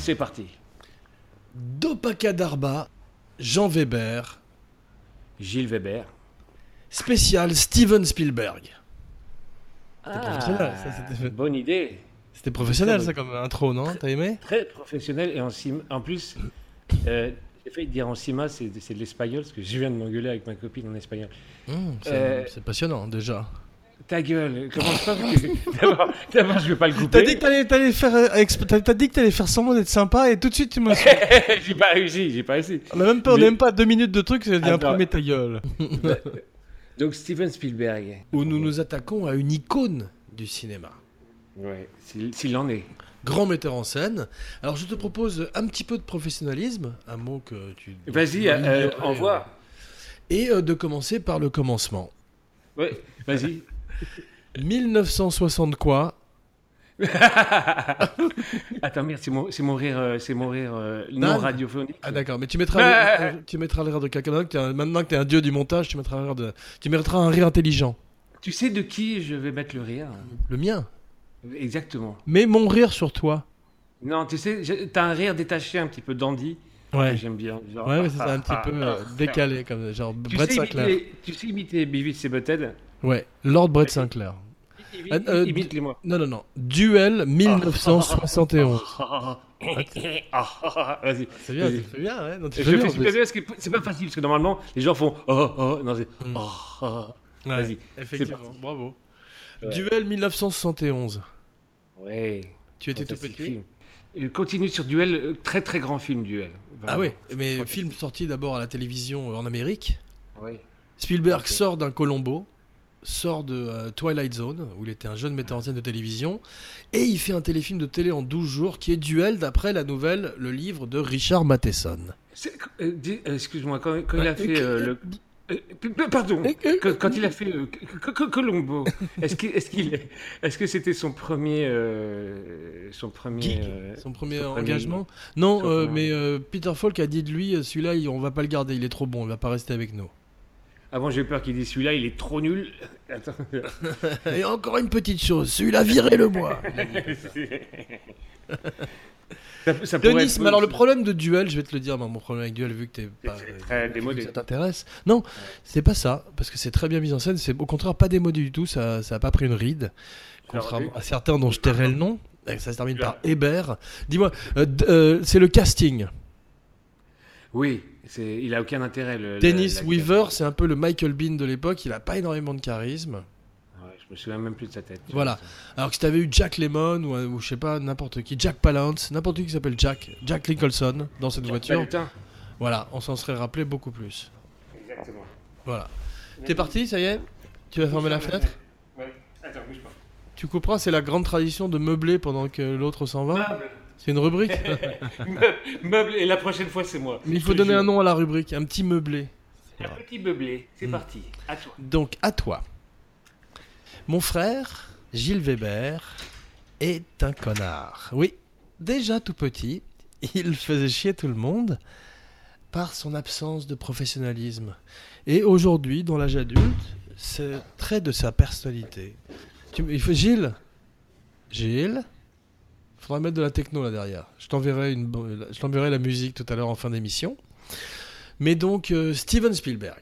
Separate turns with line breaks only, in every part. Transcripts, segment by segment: C'est parti.
Dopaka Darba, Jean Weber,
Gilles Weber.
spécial Steven Spielberg. professionnel, Ah. ça, c'était-
bonne idée.
C'était professionnel ça comme intro, non T'as aimé
Très professionnel et en, cim- en plus, euh, j'ai failli dire en cima, c'est de, c'est de l'espagnol parce que je viens de m'engueuler avec ma copine en espagnol.
Hum, C'est
Euh,
c'est passionnant déjà.
Ta gueule, commence pas. parce que- D'abord, d'abord, je vais pas le couper.
T'as dit que t'allais t'allais faire, euh, exp- t'as- t'as dit que t'allais faire semblant d'être sympa et tout de suite tu m'as.
j'ai pas réussi, j'ai pas réussi.
on a même pas, on a
Mais-
même pas deux minutes de truc, c'est un
Attends.
premier ta gueule.
Donc Steven Spielberg.
Où nous nous attaquons à une icône du cinéma.
Ouais, s'il s'il en est.
Grand metteur en scène. Alors je te propose un petit peu de professionnalisme, un mot que tu.
Vas-y,
dont
euh,
tu
euh,
ignorais,
envoie.
Et euh, de commencer par le commencement.
Ouais, vas-y.
1960 quoi
Attends, merde, c'est mon, c'est mon rire, euh, c'est mon rire euh, non
Dan
radiophonique.
Ah d'accord, mais euh, tu mettras,
Ah,
le- tu mettras le rire de quelqu'un. Maintenant que t'es un- Maintenant que t'es un dieu du montage, tu mettras un rire, de... tu mettras un rire intelligent.
Tu sais de qui je vais mettre le rire
Le mien.
Exactement.
Mais mon rire sur toi.
Non, tu sais, j'ai- t'as un rire détaché un petit peu dandy. que
Ouais.
J'aime bien. genre,
Ouais,
ah,
mais c'est
ah,
un petit
ah,
peu
ah,
euh,
ah.
décalé comme genre
Tu
Brett
sais,
Sinclair.
imiter, tu sais imiter Beavis et Butthead
Ouais, Lord Brett Sinclair.
Ivi-
Ah, euh,
Imite-les-moi.
Non non non, duel 1971.
Ah, Vas-y.
Ah, C'est bien,
Vas-y.
tu fais bien, ouais. Non, tu
Je
fais bien,
fais
en
super
plus.
bien parce que c'est pas facile parce que normalement les gens font oh oh non c'est oh, oh.
Hmm. Ouais,
Vas-y,
Effectivement,
parti.
bravo.
Ouais.
Duel 1971.
ouais
Tu étais tout
fantastique
petit.
film. Euh, Continue sur Duel, euh, très très grand film Duel. Vraiment.
Ah ouais, mais
Fantastique.
film sorti d'abord à la télévision euh, en Amérique.
Ouais.
Spielberg
Ok.
sort d'un Colombo, sort de euh, Twilight Zone, où il était un jeune metteur en scène de télévision, et il fait un téléfilm de télé en 12 jours qui est duel d'après la nouvelle, le livre de Richard Matheson.
C'est- euh, dis- euh, Excuse-moi, quand, quand il
Ouais.
a fait euh, le. euh, p- p- pardon,
Euh, euh,
quand, quand il a fait euh, Co- Co- Colombo, est-ce qu'il- est-ce qu'il- est-ce que c'était son premier. euh, son premier.
Gig.
euh,
Son premier
Son premier-
engagement Non,
son
euh,
premier-
mais euh, Peter Falk a dit de lui, euh, celui-là, il- on va pas le garder, il est trop bon, il va pas rester avec nous.
Avant, j'ai eu peur qu'il dise celui-là, il est trop nul. Attends.
et encore une petite chose, celui-là, virez-le-moi
ça, ça pourrait
Denis,
être-
mais alors le problème de duel, je vais te le dire, moi, mon problème avec duel, vu que t'es
C'est-
pas...
c'est très démodé.
Ça t'intéresse Non, c'est pas ça, parce que c'est très bien mis en scène, c'est au contraire pas démodé du tout, ça ça a pas pris une ride, contrairement
Alors,
à certains dont je tairai le nom. Et Ça se termine par
Là.
Hébert. Dis-moi, euh, d- euh, c'est le casting.
Oui, c'est- il a aucun intérêt. Le,
Dennis
la- la-
Weaver, c'est un peu le Michael Bean de l'époque, il a pas énormément de charisme.
Ouais, je me souviens même plus de sa tête.
Voilà. Alors que si t'avais eu Jack Lemmon ou, un- ou je sais pas, n'importe qui, Jack Palance, n'importe qui qui s'appelle Jack, Jack Nicholson dans cette voiture,
Putain.
voilà, on s'en serait rappelé beaucoup plus.
Exactement.
Voilà. T'es parti, ça y est Tu vas fermer la fenêtre
Ouais. Attends, bouge pas.
Tu couperas, c'est la grande tradition de meubler pendant que l'autre s'en va.
Meuble.
C'est une rubrique.
Meuble. Meuble, et la prochaine fois, c'est moi.
Mais il
Je
faut
te
donner
jure.
un nom à la rubrique, un petit meublé.
Un petit meublé, c'est
Mm.
parti. À toi.
Donc, à toi. Mon frère, Gilles Weber, est un connard. Oui, déjà tout petit, il faisait chier tout le monde par son absence de professionnalisme. Et aujourd'hui, dans l'âge adulte, c'est trait de sa personnalité. Tu- il faut Gilles Gilles Faudra mettre de la techno là derrière. Je t'enverrai une, bo- je t'enverrai la musique tout à l'heure en fin d'émission. Mais donc euh, Steven Spielberg.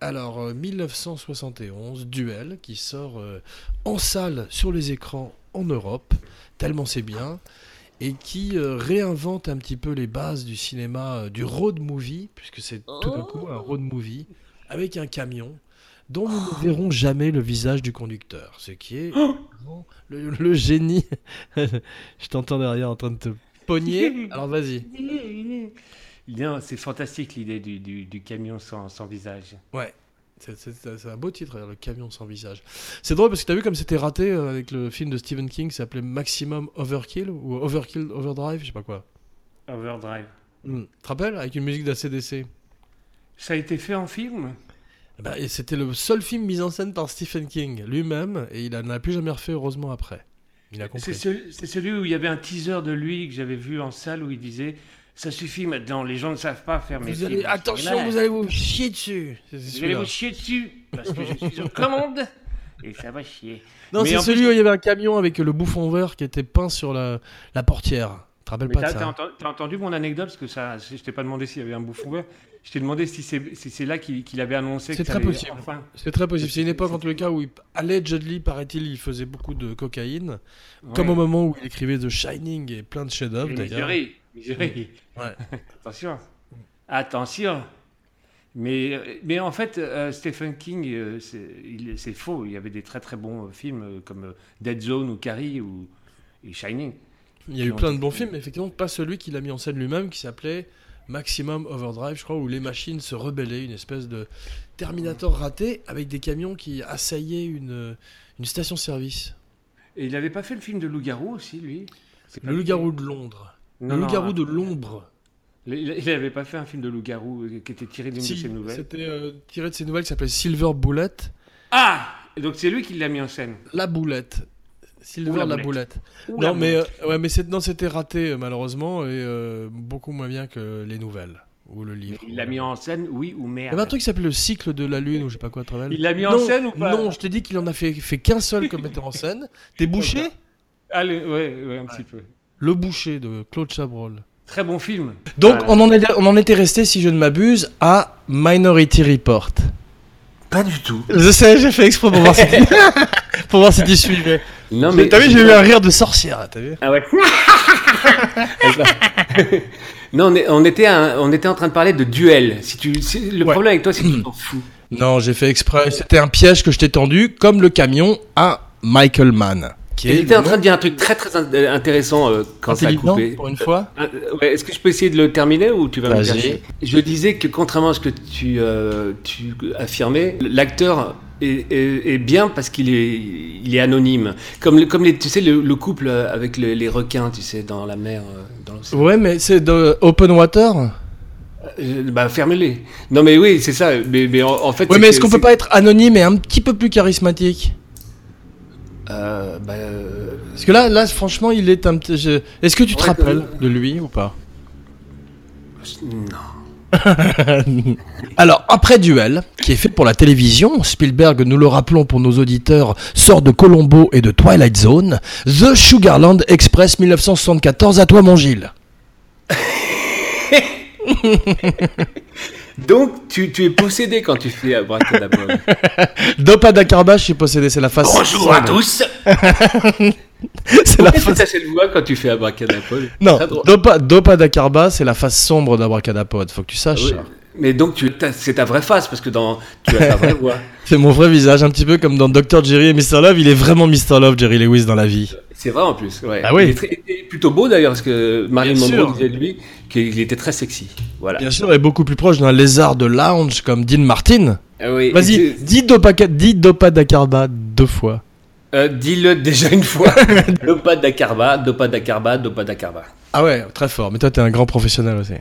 Alors euh, 1971, Duel qui sort euh, en salle sur les écrans en Europe, tellement c'est bien, et qui euh, réinvente un petit peu les bases du cinéma euh, du road movie, puisque c'est tout d'un coup un road movie avec un camion dont nous ne verrons jamais le visage du conducteur, ce qui est le, le génie. Je t'entends derrière en train de te pogner. Alors vas-y.
Non, c'est fantastique l'idée du, du- du camion sans, sans visage.
Ouais. C'est- C'est c'est- c'est un beau titre, d'ailleurs, le camion sans visage. C'est drôle parce que t'as vu comme c'était raté euh, avec le film de Stephen King qui s'appelait Maximum Overkill ou Overkill Overdrive, je sais pas quoi.
Overdrive.
Mm. Tu te rappelles Avec une musique d'ACDC.
Ça a été fait en film
Bah, et c'était le seul film mis en scène par Stephen King lui-même et il n'en a plus jamais refait, heureusement, après. Il a
C'est
compris.
ce- c'est celui où il y avait un teaser de lui que j'avais vu en salle où il disait Ça suffit maintenant, les gens ne savent pas faire mes
Vous
films.
allez- attention, vous allez vous chier dessus. C'est- c'est
Vous allez
celui-là.
vous chier dessus parce que je suis en commande et ça va chier.
Non,
Mais
c'est
en
celui
plus-
où il y avait un camion avec le bouffon vert qui était peint sur la, la portière. te rappelles
Mais
pas
t'as,
de ça
t'as
hein
enten- t'as entendu mon anecdote parce que ça, je t'ai pas demandé s'il y avait un bouffon vert. Je t'ai demandé si c'est, si c'est là qu'il, qu'il avait annoncé.
C'est
que ça
très
avait
possible.
Enfin,
C'est très possible. C'est une époque, en tous les cas, où, il- allegedly, paraît-il, il faisait beaucoup de cocaïne.
ouais.
Comme au moment où il écrivait The Shining et plein de chefs-d'œuvre, d'ailleurs.
Missouri, Missouri.
Ouais.
Attention. Attention. Mais, mais en fait, euh, Stephen King, euh, c'est il- c'est faux. Il y avait des très très bons euh, films euh, comme euh, Dead Zone ou Carrie ou et Shining.
Il y a eu plein de bons films, mais effectivement, pas celui qu'il a mis en scène lui-même, qui s'appelait Maximum Overdrive, je crois, où les machines se rebellaient, une espèce de Terminator raté, avec des camions qui assaillaient une, une station-service.
Et il n'avait pas fait le film de Loup-Garou aussi, lui C'est pas
Le loup-garou de Londres.
Ah Non,
le
non,
loup-garou de
attends.
l'ombre.
Il n'avait pas fait un film de Loup-Garou euh, qui était tiré d'une
Si,
de ses nouvelles.
C'était euh, tiré de ses nouvelles qui s'appelait Silver Bullet.
Ah Donc c'est lui qui l'a mis en scène.
La boulette. Silver
Ou la
la
boulette.
boulette.
Ouh là,
Non, mais,
mon-
euh, ouais, mais c'est- non, c'était raté, euh, malheureusement, et euh, beaucoup moins bien que les nouvelles ou le livre.
Il l'a mis en scène, oui ou
euh, Il y
merde
avait un truc qui s'appelait le cycle de la lune ou je sais pas quoi, Travel.
Il l'a mis en
Non,
scène ou pas
Non, je t'ai dit qu'il en a fait, fait qu'un seul comme metteur en scène. T'es bouché
Allez, ouais, ouais, un petit peu.
Le boucher de Claude Chabrol.
Très bon film.
Donc
Voilà.
on, en est- on en était resté, si je ne m'abuse, à Minority Report.
Pas du tout.
Je sais, j'ai fait exprès pour voir si tu, pour voir si tu suivais.
Non,
Mais T'as vu, j'ai eu un rire de sorcière, là, t'as vu
Ah ouais. non, on, est- on était un- on était en train de parler de duel. Si tu, si- le
Ouais.
problème avec toi, c'est que tu t'en fous.
Non, j'ai fait exprès. C'était un piège que je t'ai tendu, comme le camion à Michael Mann. Qui
Et
est
était en
le
train de dire un truc très très in- euh, intéressant euh, quand ça a
intelligent,
coupé.
pour une fois.
Ah, ouais, Est-ce que je peux essayer de le terminer ou tu vas me
Vas-y.
chercher Je disais que contrairement à ce que tu, euh, tu affirmais, l'acteur est, est- est bien parce qu'il est, il est anonyme. Comme, le- comme les, tu sais, le, le couple euh, avec le- les requins, tu sais, dans la mer, euh, dans l'océan.
Ouais, mais c'est de Open Water.
Euh, bah, fermez-les. Non, mais oui, c'est ça. Mais, mais en, en fait.
Ouais,
c'est
mais
que
est-ce qu'on peut
c'est-
pas être anonyme et un petit peu plus charismatique
Euh, bah, euh,
Parce que là, là, franchement, il est un petit. je- Est-ce que tu te
Ouais,
rappelles de lui ou pas
Non.
Alors, après Duel, qui est fait pour la télévision, Spielberg, nous le rappelons pour nos auditeurs, sort de Colombo et de Twilight Zone, The Sugarland Express 1974, à toi mon Gilles.
Donc, tu, tu es possédé quand tu fais Abracadabra.
Dopa Dakarba, je suis possédé, c'est la face.
Bonjour à tous.
C'est la
Qu'est-ce que
face.
t'as cette voix quand tu fais Abracadapod
Non,
Très drôle.
Dopa, Dopa Dakarba, c'est la face sombre d'Abracadapod, faut que tu saches.
Oui. Mais donc, tu, t'as- c'est ta vraie face parce que dans, tu as ta vraie voix.
C'est mon vrai visage, un petit peu comme dans Dr. Jerry et Mr. Love, il est vraiment Mr. Love, Jerry Lewis, dans la vie.
C'est vrai en plus. Ouais.
Ah oui.
Il est très- il est plutôt beau d'ailleurs parce que Marilyn
Bien
Monroe
sûr.
disait de lui qu'il était très sexy. Voilà.
Bien sûr, est beaucoup plus proche d'un lézard de lounge comme Dean Martin.
Ah oui, tu-
Vas-y, dis Dopa, dis Dopa Dakarba deux fois.
euh, dis-le déjà une fois. Dopa Dakarba, Dopa Dakarba, Dopa Dakarba.
Ah ouais, très fort. Mais toi, t'es un grand professionnel aussi.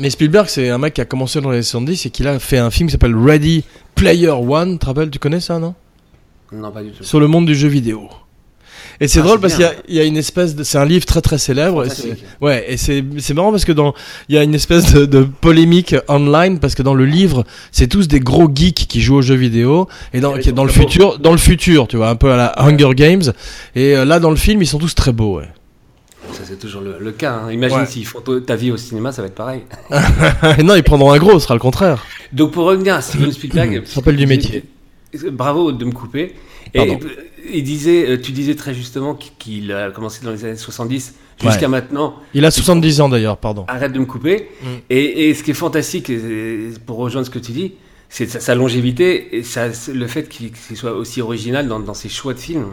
Mais Spielberg, c'est un mec qui a commencé dans les 70 et qui a fait un film qui s'appelle Ready Player One. Tu te rappelles, tu connais ça, non
Non, pas du tout.
Sur le monde du jeu vidéo. Et c'est
Ah,
drôle
c'est
parce qu'il y,
bien.
a- il y a une espèce de. C'est un livre très très célèbre. et c'est-
Fantastique.
ouais, et c'est c'est marrant parce que dans. Il y a une espèce de, de polémique online parce que dans le livre, c'est tous des gros geeks qui jouent aux jeux vidéo et dans,
Et ils
qui-
sont
dans le
très beaux.
futur, dans le futur, tu vois, un peu à la Hunger Games. Et euh, là, dans le film, ils sont tous très beaux. ouais.
Ça, c'est toujours le, le cas. hein. Imagine
Ouais.
s'ils font t- ta vie au cinéma, ça va être pareil.
non, ils prendront un gros, ce sera le contraire.
Donc, pour revenir à Steven Spielberg. euh,
Ça s'appelle du métier.
Bravo de me couper. Et,
Pardon.
euh, il disait, euh, tu disais très justement qu'il a commencé dans les années 70 jusqu'à
Ouais.
maintenant.
Il a 70 ans d'ailleurs, pardon.
Arrête de me couper.
Mm.
Et, et ce qui est fantastique, et- et pour rejoindre ce que tu dis, c'est sa, sa longévité et sa- le fait qu'il qu'il soit aussi original dans, dans ses choix de films.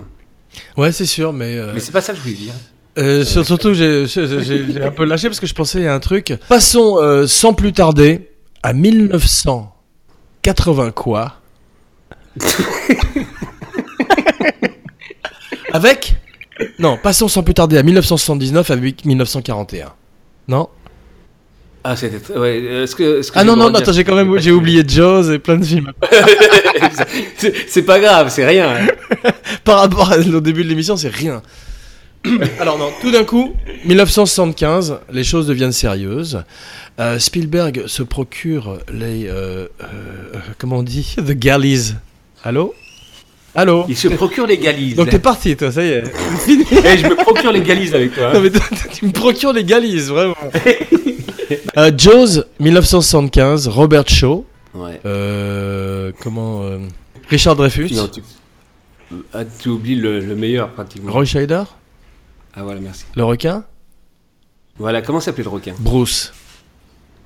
Ouais, c'est sûr, mais, euh,
Mais c'est pas ça que je voulais dire.
euh, sur- surtout que j'ai- j'ai j'ai- j'ai un peu lâché parce que je pensais à un truc. Passons euh, sans plus tarder à 1980 quoi Avec Non, passons sans plus tarder à 1979 avec 1941. Non
Ah, c'était. Ouais, euh, ce que, ce que
Ah
j'ai
non
le
non
droit
non,
de
attends, j'ai
dire,
quand
c'est
même
pas
j'ai
que-
oublié Jaws et plein de films.
C'est- c'est pas grave, c'est rien. hein.
par rapport à- au début de l'émission, c'est rien. Alors non, tout d'un coup, 1975, les choses deviennent sérieuses. Euh, Spielberg se euh, procure les... euh, euh, comment on dit The galleys. Allô Allô
Il se procure les galises.
Donc t'es parti, toi, ça y est.
Eh, je me procure les galises avec toi. hein.
Non, mais toi, tu me procures les galises, vraiment. Euh, Jaws, 1975, Robert Shaw,
Ouais.
euh, comment... euh, Richard Dreyfus,
Non, tu... Ah, tu oublies le, le meilleur pratiquement.
Roy Scheider,
Ah voilà, merci.
le requin,
Voilà, comment s'appelle le requin
Bruce.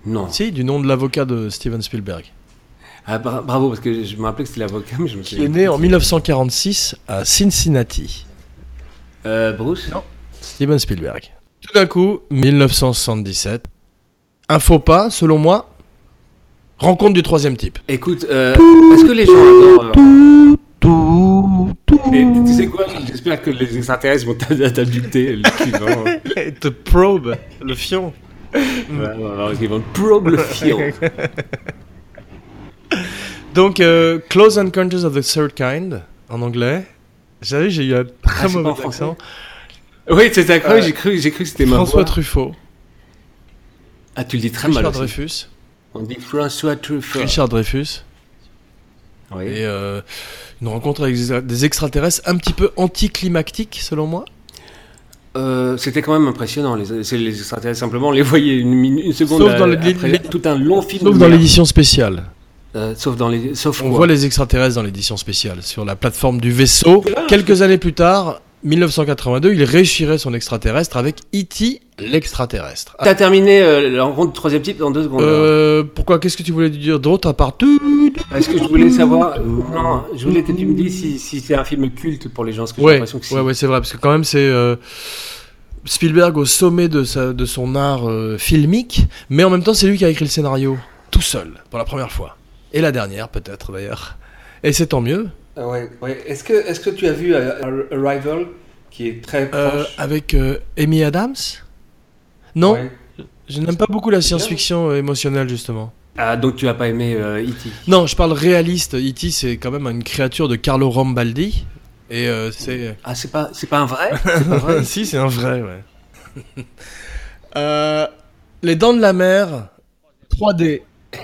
Non.
Si, du nom de l'avocat de Steven Spielberg.
Ah, bra- bravo, parce que je me rappelais que c'était l'avocat, mais je me
Qui est
suis.
né en 1946 à Cincinnati.
Euh, Bruce Non.
Steven Spielberg. Tout d'un coup, 1977. Un faux pas, selon moi. Rencontre du troisième type.
Écoute, euh, est-ce que les gens adorent. euh, Mais tu sais quoi J'espère que les extraterrestres vont t'ad- t'adulter euh, le suivant.
te probe, le fion.
Voilà, voilà, ils vont te probe le fion.
Donc, euh, Close Encounters of the Third Kind, en anglais. J'avais, j'ai eu un très
Ah, c'est pas en
mauvais
français.
accent.
Oui, c'est incroyable,
Euh,
j'ai cru, j'ai cru que c'était ma
François
voix.
Truffaut,
Ah, tu le dis très mal.
Richard
aussi.
Dreyfus,
On dit François Truffaut.
Richard Dreyfus,
Oui.
et euh, une rencontre avec des- des extraterrestres un petit peu anticlimactique, selon moi.
Euh, c'était quand même impressionnant. Les, c'est les extraterrestres, simplement, on les voyait une, minu- une seconde
Sauf dans
euh,
le- les-
après
les-
tout un long film.
Sauf
de
dans
merde.
l'édition spéciale.
Euh, sauf dans les. Sauf
On
quoi
voit les extraterrestres dans l'édition spéciale, sur la plateforme du vaisseau. Quelques années plus tard, 1982, il réussirait son extraterrestre avec E.T. l'extraterrestre. Ah,
T'as terminé euh, la rencontre du troisième type dans deux secondes. alors.
euh, pourquoi Qu'est-ce que tu voulais dire d'autre à part tout
Est-ce que je voulais savoir euh, Non, je voulais que tu me dises si, si c'est un film culte pour les gens, parce que j'ai
Ouais,
l'impression que si.
ouais, ouais, c'est vrai, parce que quand même, c'est euh, Spielberg au sommet de, sa- de son art euh, filmique, mais en même temps, c'est lui qui a écrit le scénario, tout seul, pour la première fois. Et la dernière, peut-être, d'ailleurs. Et c'est tant mieux.
Ah ouais, ouais. Est-ce que, est-ce que tu as vu euh, Arrival, qui est très
Euh,
proche
avec euh, Amy Adams Non
Ouais.
Je n'aime pas beaucoup la science-fiction euh, émotionnelle, justement.
Ah, donc tu as pas aimé euh, E.T.
Non, je parle réaliste. E.T., c'est quand même une créature de Carlo Rambaldi. Et euh, c'est.
Ah, c'est pas, c'est pas un vrai C'est pas vrai
si, c'est un vrai, ouais. Euh, les Dents de la Mer, 3D.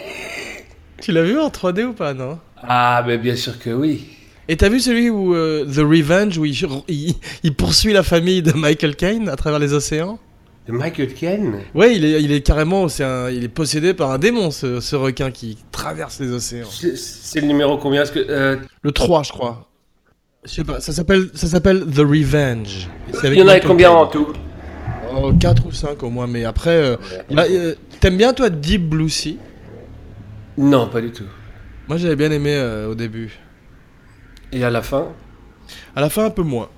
Tu l'as vu en 3D ou pas, non
Ah, mais bien sûr que oui.
Et t'as vu celui où euh, The Revenge, où il, il- il poursuit la famille de Michael Caine à travers les océans
De Michael Caine
Ouais, il est, il est carrément. c'est un- il est possédé par un démon, ce, ce requin qui traverse les océans.
C'est- C'est le numéro combien Est-ce que euh,
Le 3, je crois. Je sais pas, ça s'appelle, ça s'appelle The Revenge. C'est
il
avec
y en a
Michael
combien
Caine.
en tout
4 ou 5 au moins, mais après. euh, bah,
Ah,
euh, T'aimes bien, toi, Deep Blue Sea
Non, pas du tout.
Moi, j'avais bien aimé euh, au début.
Et à la fin
À la fin, un peu moins.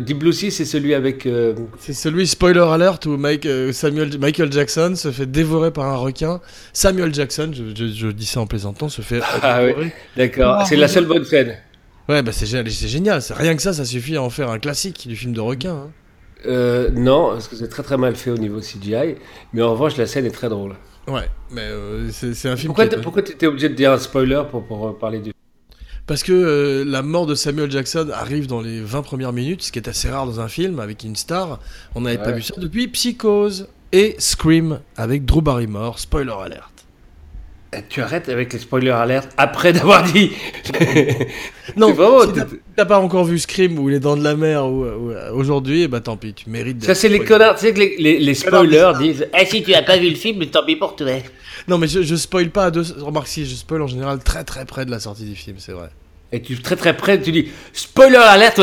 Deep Blue Sea, c'est celui avec. euh,
C'est celui, spoiler alert, où Mike, euh, Samuel, Michael Jackson se fait dévorer par un requin. Samuel Jackson, je, je- je dis ça en plaisantant, se fait.
Ah oui.
dévorer.
D'accord.
Ah,
c'est la seule bonne scène.
Ouais, bah c'est génial, c'est génial. c'est- Rien que ça, ça suffit à en faire un classique du film de requin. hein.
Euh, non, parce que c'est très très mal fait au niveau CGI. Mais en revanche, la scène est très drôle. bah.
Ouais, mais euh, c'est c'est un film.
Pourquoi
qui est-
t'es- pourquoi t'étais obligé de dire un spoiler pour, pour euh, parler du.
Parce que euh, la mort de Samuel Jackson arrive dans les 20 premières minutes, ce qui est assez rare dans un film avec une star. On n'avait pas
Ouais.
vu ça depuis Psychose et Scream avec Drew Barrymore. Spoiler alerte.
Eh, Tu arrêtes avec les spoilers alerte après d'avoir dit.
Non,
vraiment,
si t'as-
t'es-
t'as pas encore vu Scream ou Les Dents de la Mer ou, ou- aujourd'hui, bah tant pis, tu mérites.
Ça,
d'être
c'est les
spoilé.
connards. Tu sais que les, les- les spoilers
Connards.
disent.
Eh si tu n'as pas vu le film, tant pis pour toi.
Non, mais je, je spoil pas. À deux... Remarque si je spoil en général très très près de la sortie du film, c'est vrai.
Et tu eh, très très près, tu dis spoiler alerte.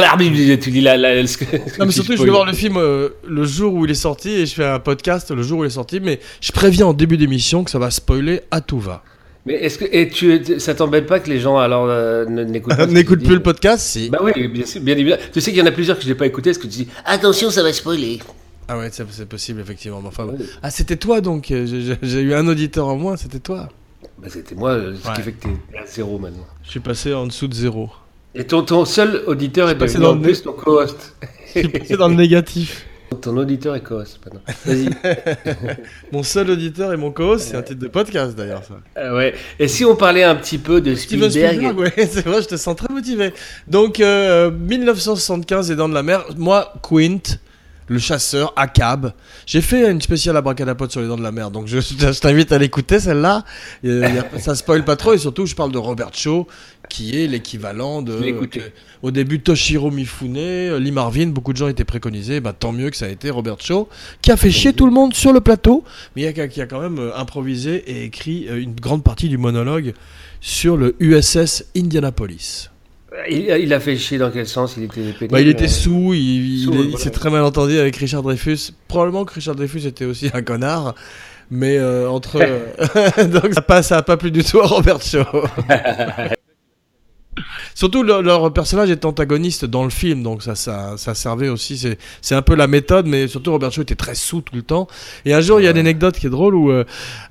Tu dis la. la, la- ce que- ce que
Non, mais
tu
surtout, je
spoil.
vais voir le film euh, le jour où il est sorti et je fais un podcast le jour où il est sorti, mais je préviens en début d'émission que ça va spoiler à tout va.
Mais est-ce que et tu ça t'embête pas que les gens alors euh, ne- n'écoutent pas ce que
N'écoute
tu dis
plus le podcast si.
Bah oui, bien sûr, bien évidemment. Tu sais qu'il y en a plusieurs que je n'ai pas écouté, ce que tu dis.
Attention, ça va spoiler.
Ah ouais, ça, c'est possible, effectivement. mais enfin, bon.
Ouais.
Ah, c'était toi donc euh, J'ai j'ai- j'ai eu un auditeur en moins, c'était toi.
Bah c'était moi, euh, ce qui
Ouais.
fait que t'es à zéro maintenant.
Je suis passé en dessous de zéro.
Et ton, ton seul auditeur est
passé
devenu
dans
en
le
plus ton co-host.
Je suis passé dans le négatif.
Ton auditeur est co-host maintenant. Vas-y.
Mon seul auditeur et mon co-host, c'est un titre de podcast d'ailleurs. ça.
Ah ouais. Et si on parlait un petit peu de
Steven
Spielberg,
Spielberg, ouais, c'est vrai, je te sens très motivé. Donc, euh, 1975 et Dents de la Mer, moi, Quint, Le chasseur, Akab. J'ai fait une spéciale abracadapote sur les dents de la mer, donc je, je t'invite à l'écouter celle-là. Il y a- il y a- ça spoil pas trop, et surtout, je parle de Robert Shaw, qui est l'équivalent de.
Je l'ai écouté.
Au début, Toshiro Mifune, euh, Lee Marvin, beaucoup de gens étaient préconisés. Bah, tant mieux que ça a été Robert Shaw, qui a fait chier tout le monde sur le plateau, mais il y a qu'à- qui a quand même euh, improvisé et écrit euh, une grande partie du monologue sur le USS Indianapolis.
Il, il a fait chier dans quel sens Il était pénible,
Bah, il était
euh,
sous, il, il-
Sous,
il
voilà.
s'est très mal entendu avec Richard Dreyfus. Probablement que Richard Dreyfus était aussi un connard, mais euh, entre. euh, Donc ça passe, ça a pas plu du tout à Robert Shaw. Surtout leur, leur personnage est antagoniste dans le film, donc ça, ça, ça servait aussi. C'est, c'est un peu la méthode, mais surtout Robert Shaw était très sous tout le temps. Et un jour, il y a une anecdote qui est drôle où euh,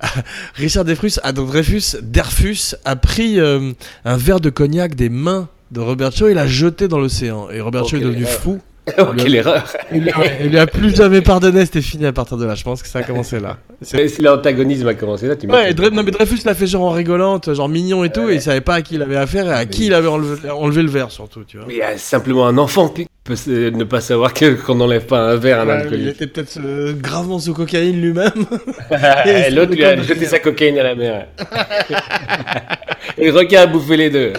Richard Dreyfus, ah, donc Dreyfus, Dreyfus a pris euh, un verre de cognac des mains de Robert Shaw et l'a jeté dans l'océan. Et Robert
Oh,
Shaw est
quelle
devenu
erreur.
fou.
oh, quelle erreur
Il lui a- il lui a plus jamais pardonné. C'était fini à partir de là. Je pense que ça a commencé là.
C'est c'est l'antagonisme a commencé là, tu
Ouais, et
m'étonnes.
Drey- non, mais Dreyfus l'a fait genre en rigolante, genre mignon et tout, et il savait pas à qui il avait affaire et à qui il avait enlevé, enlevé le verre surtout, tu vois.
Mais il y a simplement un enfant qui peut se- ne pas savoir que- qu'on n'enlève pas un verre à un
Ouais, il
alcoolique.
était peut-être euh, gravement sous cocaïne lui-même.
Ah,
Et
L'autre
Eh, c'est
lui a
comme-
jeté sa cocaïne à la mer. Et le requin a bouffé les deux.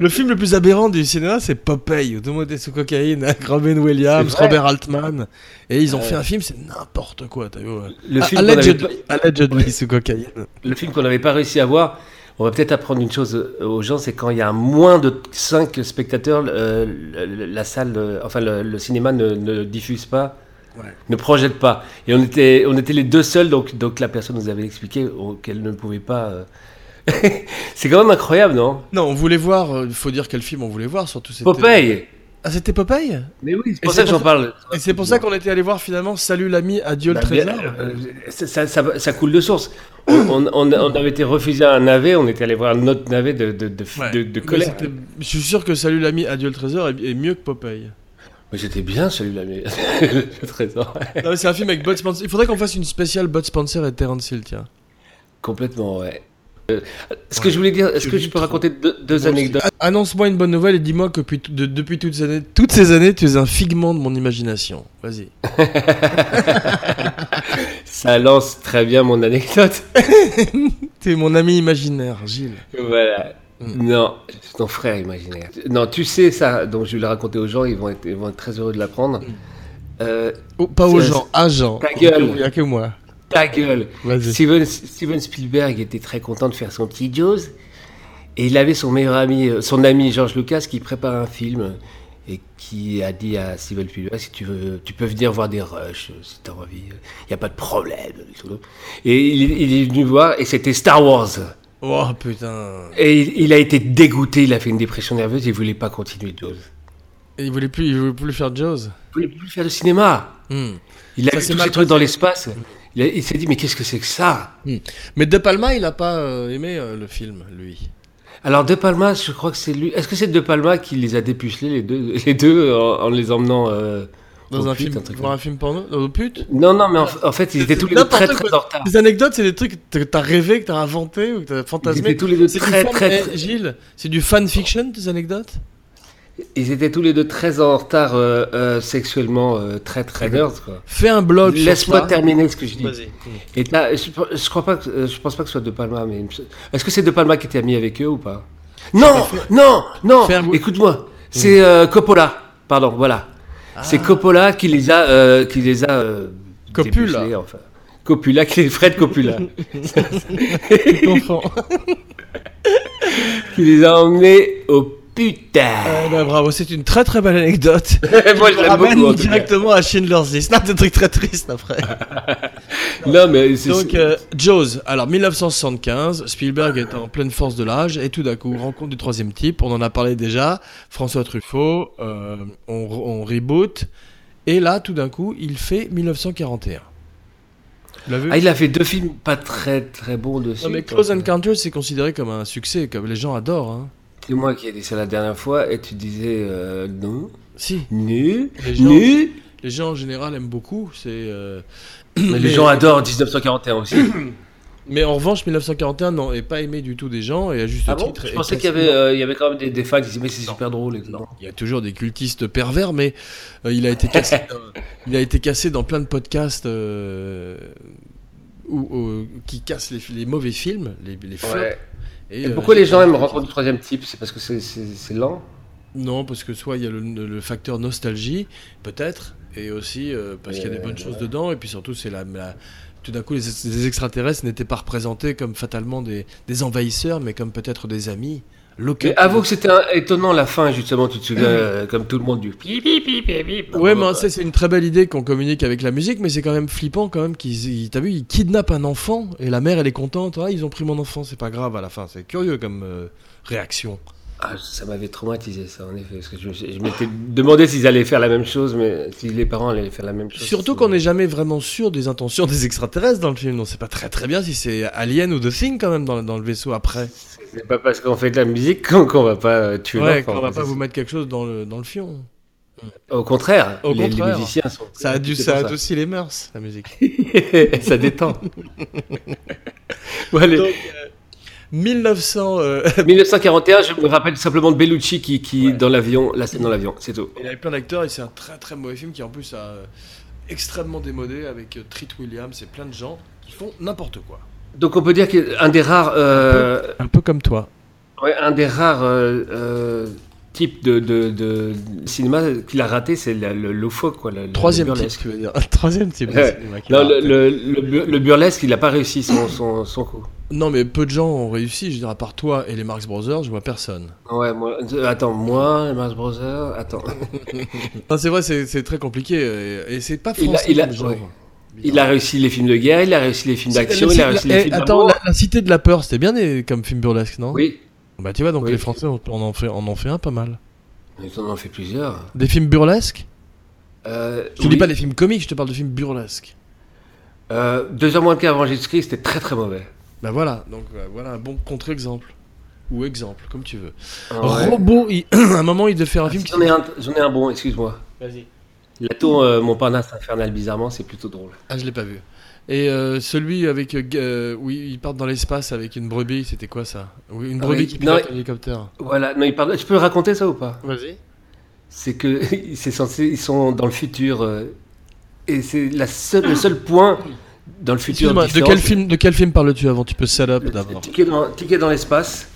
Le film le plus aberrant du cinéma, c'est Popeye, où tout le monde est sous cocaïne, avec Robin Williams,
C'est vrai.
Robert Altman. Et ils ont
Ouais.
fait un film, c'est n'importe quoi, t'as vu ouais.
Le
Ah,
film qu'on avait-
Allegedly, allegedly sous cocaïne.
le film qu'on n'avait pas réussi à voir, on va peut-être apprendre une chose euh, aux gens, c'est quand il y a moins de 5 spectateurs, euh, le- le- la salle, euh, enfin le, le cinéma ne, ne diffuse pas,
Ouais.
ne projette pas. Et on était, on était les deux seuls, donc, donc la personne nous avait expliqué oh, qu'elle ne pouvait pas. euh. c'est quand même incroyable, non
Non, on voulait voir, euh, faut dire quel film on voulait voir, surtout c'était...
Popeye
Ah, c'était Popeye
Mais oui, c'est
Et
pour
c'est
ça que j'en
pour
parle.
Et c'est pour ça qu'on était allé voir finalement Salut l'ami, adieu le
Bah, bien,
trésor.
euh, ça, ça- ça- ça coule de source. On, on- on- on avait été refusé à un navet, on était allé voir notre navet de, de, de,
Ouais.
de- de
Mais
colère.
c'était- Je suis sûr que Salut l'ami, adieu le trésor est est mieux que Popeye.
Mais c'était bien celui-là, mais le trésor.
Non, mais c'est un film avec Bud Spencer. Il faudrait qu'on fasse une spéciale Bud Spencer et Terence Hill, tiens.
Complètement, ouais. Euh, ce que je voulais dire, est-ce
Je
que je
lis
peux
trop.
raconter deux, deux
Moi aussi.
anecdotes
Ah, Annonce-moi une bonne nouvelle et dis-moi que depuis, t- de- depuis toutes, ces années, toutes ces années, tu es un figment de mon imagination. Vas-y.
Ça lance très bien mon anecdote.
T'es mon ami imaginaire, Gilles.
voilà.
Mm.
Non, c'est ton frère imaginaire. Non, tu sais ça, donc je vais le raconter aux gens, ils vont être, ils vont être très heureux de l'apprendre.
Mm.
Euh,
Oh, pas aux
C'est-
gens, à Jean.
Ta gueule.
Il n'y a que moi.
ta gueule
Vas-y.
Steven, Steven Spielberg était très content de faire son petit Jaws. Et il avait son meilleur ami, euh, son ami George Lucas qui prépare un film et qui a dit à Steven Spielberg si tu veux, tu peux venir voir des rushs euh, si tu as envie, il n'y a pas de problème. et tout. Et il, il est venu voir et c'était Star Wars.
Oh putain.
Et il, il a été dégoûté, il a fait une dépression nerveuse, il voulait pas continuer Jaws.
Et Il voulait plus, il voulait plus faire Jaws.
Il voulait plus faire de cinéma.
Hmm.
Il a
Ça
vu
s'est
tous
mal
ces trucs dans l'espace. Il, a- il s'est dit mais qu'est-ce que c'est que ça
Mais De Palma, il n'a pas euh, aimé euh, le film, lui.
Alors De Palma, je crois que c'est lui. Est-ce que c'est De Palma qui les a dépucelés les deux, les deux en, en les emmenant euh,
Dans
au
un
pit,
film,
truc
dans
comme
un film porno, dans le pute.
ça Non, non, mais en, en fait, ils étaient tous les deux
N'importe
très
quoi.
très en retard.
Les anecdotes, c'est des trucs que t'as rêvé, que t'as inventé ou que t'as
Ils
fantasmé.
étaient tous les deux
C'est du
très
fan-
très,
Eh,
très-
Gilles, c'est du fanfiction tes anecdotes
ils étaient tous les deux très en retard euh, euh, sexuellement euh, très très nerds quoi.
Fais un blog. sur
Oh, Laisse-moi
ça.
terminer ce que je dis.
Vas-y.
Et là, je, je crois pas que euh, je pense pas que ce soit De Palma mais il me se- est-ce que c'est De Palma qui était ami avec eux ou pas Non, non, non.
Faire-
Écoute-moi, c'est euh, Coppola. Pardon, voilà.
Ah.
C'est Coppola qui les a euh, qui les a euh,
Copula.
dépucelés, enfin. Copula, qui est Fred Copula,
Tu comprends.
qui les a emmenés au putain.
Eh ben, bravo, c'est une très très belle anecdote.
Moi, je l'aime
Ramène
beaucoup. en tout cas.
directement à Schindler's List. Non, des trucs très tristes après.
Non, mais c'est-
Donc,
c'est-
euh, Jaws, alors 1975, Spielberg est en pleine force de l'âge et tout d'un coup, rencontre du troisième type, on en a parlé déjà, François Truffaut, euh, on, re- on reboot, et là, tout d'un coup, il fait 1941. Tu l'as vu
ah, il a fait deux films pas très très bons dessus.
Non, mais
quoi.
Close Encounters, c'est considéré comme un succès, comme les gens adorent. Hein.
C'est moi qui ai dit ça la dernière fois et tu disais euh, non,
Si,
nu,
Les gens-
nu.
les gens en général aiment beaucoup, c'est... euh,
Mais les gens adorent 1941 aussi.
Mais en revanche, 1941 non, est pas aimé du tout des gens et à juste
Ah bon
titre.
Je
est
pensais qu'il y
classé-
avait, euh, il y avait quand même des, des fans qui disaient mais c'est
Non.
super drôle. et tout.
Non, il y a toujours des cultistes pervers, mais euh, il, a été cassé dans, il a été cassé dans plein de podcasts euh, où- où- qui cassent les, les mauvais films, les, les flops.
Ouais.
Et,
Et
euh,
pourquoi les gens aiment rencontre du
rencontrer
troisième type C'est parce que c'est- c'est c'est lent
Non, parce que soit il y a le, le facteur nostalgie, peut-être, et aussi euh, parce qu'il y a des
Euh,
bonnes choses dedans, et puis surtout, c'est la, la- tout d'un coup, les, ex- les extraterrestres n'étaient pas représentés comme fatalement des, des envahisseurs, mais comme peut-être des amis locaux.
Mais avoue que c'était un- étonnant la fin, justement, tu te souviens, euh, comme tout le monde du pip, pip, pip, pip, pip.
Ouais, bah, mais ça, c'est une très belle idée qu'on communique avec la musique, mais c'est quand même flippant quand même qu'ils, ils- t'as vu, ils kidnappent un enfant et la mère elle est contente, ah ils ont pris mon enfant, c'est pas grave à la fin, c'est curieux comme euh, réaction.
Ah, ça m'avait traumatisé, ça, en effet. Parce que je, je m'étais demandé s'ils allaient faire la même chose, mais si les parents allaient faire la même chose.
Surtout qu'on n'est jamais vraiment sûr des intentions des extraterrestres dans le film, on sait pas très très bien si c'est Alien ou The Thing quand même dans, le- dans le vaisseau après.
C'est pas parce qu'on fait de la musique qu'on qu'on va pas euh, tuer
Ouais,
l'enfant.
qu'on va pas
C'est-
vous mettre quelque chose dans le dans le fion.
Au contraire,
Au
les, les
contraire.
musiciens sont.
Ça a dû,
c'est
ça
pour
adoucit les mœurs, la musique.
ça détend. Bon, allez.
Donc, euh, 1900, euh,
1941, je me rappelle simplement de Bellucci qui, qui dans l'avion, la scène dans l'avion, c'est tout.
Il y avait plein d'acteurs et c'est un très très mauvais film qui en plus a euh, extrêmement démodé avec euh, Treat Williams et plein de gens qui font n'importe quoi.
Donc on peut dire qu'un des rares, euh,
Un peu comme toi.
ouais, un des rares euh, euh, types de, de- de cinéma qu'il a raté, c'est la- le, le faux quoi. le- le-
Troisième
le
type,
burlesque.
tu veux dire. Troisième type. de
Ouais.
cinéma qu'il
Non,
a
le,
raté.
le- le bu- le burlesque, il n'a pas réussi son, son, son coup.
Non, mais peu de gens ont réussi, je veux dire, à part toi et les Marx Brothers, je vois personne.
Ouais, moi, euh, attends, moi, les Mars Brothers, attends.
Non, c'est vrai, c'est c'est très compliqué euh, et, et c'est pas
Il a-
français.
il a-
comme genre.
ouais. Il a réussi les films de guerre, il a réussi les films
C'est-
d'action,
la-
il a réussi
la-
les
eh,
films
Attends,
d'amour.
la, la Cité de la Peur, c'était bien des- comme film burlesque, non
Oui,
Bah tu vois, donc
Oui.
les Français, on, on en fait, on en fait un pas mal.
mais on en fait plusieurs.
Des films burlesques
Euh,
Je te
oui.
dis pas des films comiques, je te parle de films burlesques.
Euh, deux heures moins de quart avant Jésus-Christ, c'était très très mauvais.
Bah voilà, donc euh, voilà un bon contre-exemple. Ou exemple, comme tu veux.
Ah Ouais. Ah,
Robot, il- à un moment, il devait faire un film qui...
Euh, J'en ai, un- j'en ai un bon, excuse-moi.
Vas-y.
La tour euh, Montparnasse infernale, bizarrement, c'est plutôt drôle.
Ah, je l'ai pas vu. Et euh, celui avec... euh, G- euh, oui, ils partent dans l'espace avec une brebis, c'était quoi ça Oui, Une
Ah
brebis
oui,
qui
non,
pilote un hélicoptère.
Voilà, non, il parle... je peux raconter ça ou pas
Vas-y.
C'est que c'est censé... ils sont dans le futur euh, et c'est la seule... le seul point dans le futur.
Excuse-moi, de
différent,
quel,
c'est
film, de quel film parles-tu avant Tu peux salope
le
d'abord.
Ticket dans, ticket dans l'espace.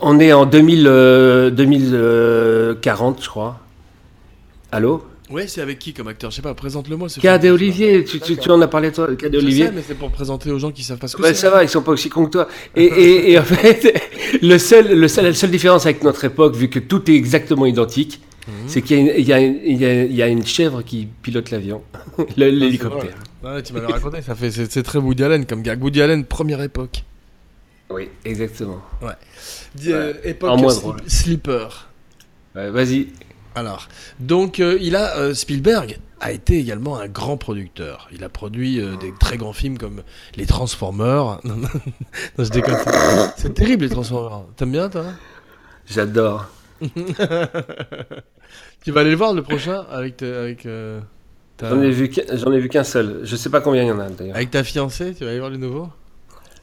On est en 2000, euh, 2040, je crois. Allô
Ouais, c'est avec qui comme acteur Je sais pas, présente-le-moi. ce
Cadet
film.
Olivier, tu, tu, tu en as parlé toi, Cadet
Je sais,
Olivier.
mais c'est pour présenter aux gens qui savent pas ce que
Ouais,
c'est.
ça va, ils sont pas aussi cons que toi. Et, et- et en fait, le seul, le seul, la seule différence avec notre époque, vu que tout est exactement identique,
Mhm.
c'est qu'il y a une- il y, a une- il y a- il y a une chèvre qui pilote l'avion,
Ah,
le- l'hélicoptère.
Ouais, tu m'avais raconté, ça fait, c'est c'est très Woody Allen comme gars. Woody Allen, première époque.
Oui, exactement.
Di- euh,
En
époque
moins
slip-
drôle.
Sleeper.
Ouais, Vas-y.
Alors, donc euh, il a euh, Spielberg a été également un grand producteur. Il a produit euh, des très grands films comme Les Transformers. Non, non, non, je déconne. c'est- C'est terrible les Transformers. T'aimes bien toi
J'adore.
Tu vas aller le voir le prochain avec ta- avec euh, ta,
J'en ai vu qu'un- j'en ai vu qu'un seul. Je sais pas combien il y en a d'ailleurs.
avec ta fiancée. Tu vas aller voir le nouveau. Ah.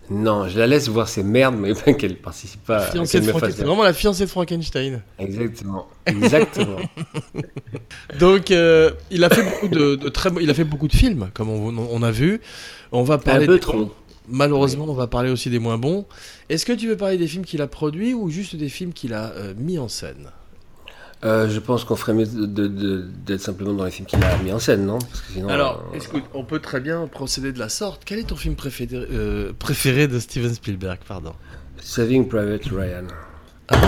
Non, je la laisse voir ses merdes, mais pas qu'elle participe pas.
Fiancée
qu'elle
de
me
Franken-
fasse
C'est
la-
vraiment la fiancée de Frankenstein.
Exactement. Exactement.
Donc euh, il a fait beaucoup de, de très il a fait beaucoup de films comme on, on a vu. On va
Un
parler
peu
des-
trop.
Malheureusement, on va parler aussi des moins bons. Est-ce que tu veux parler des films qu'il a produits ou juste des films qu'il a euh, mis en scène
Euh, je pense qu'on ferait mieux de- de- de- d'être simplement dans les films qu'il a mis en scène, non Parce que sinon,
Alors,
euh,
écoute, on peut très bien procéder de la sorte. Quel est ton film préféré, euh, préféré de Steven Spielberg Pardon.
Saving Private Ryan.
Ah bon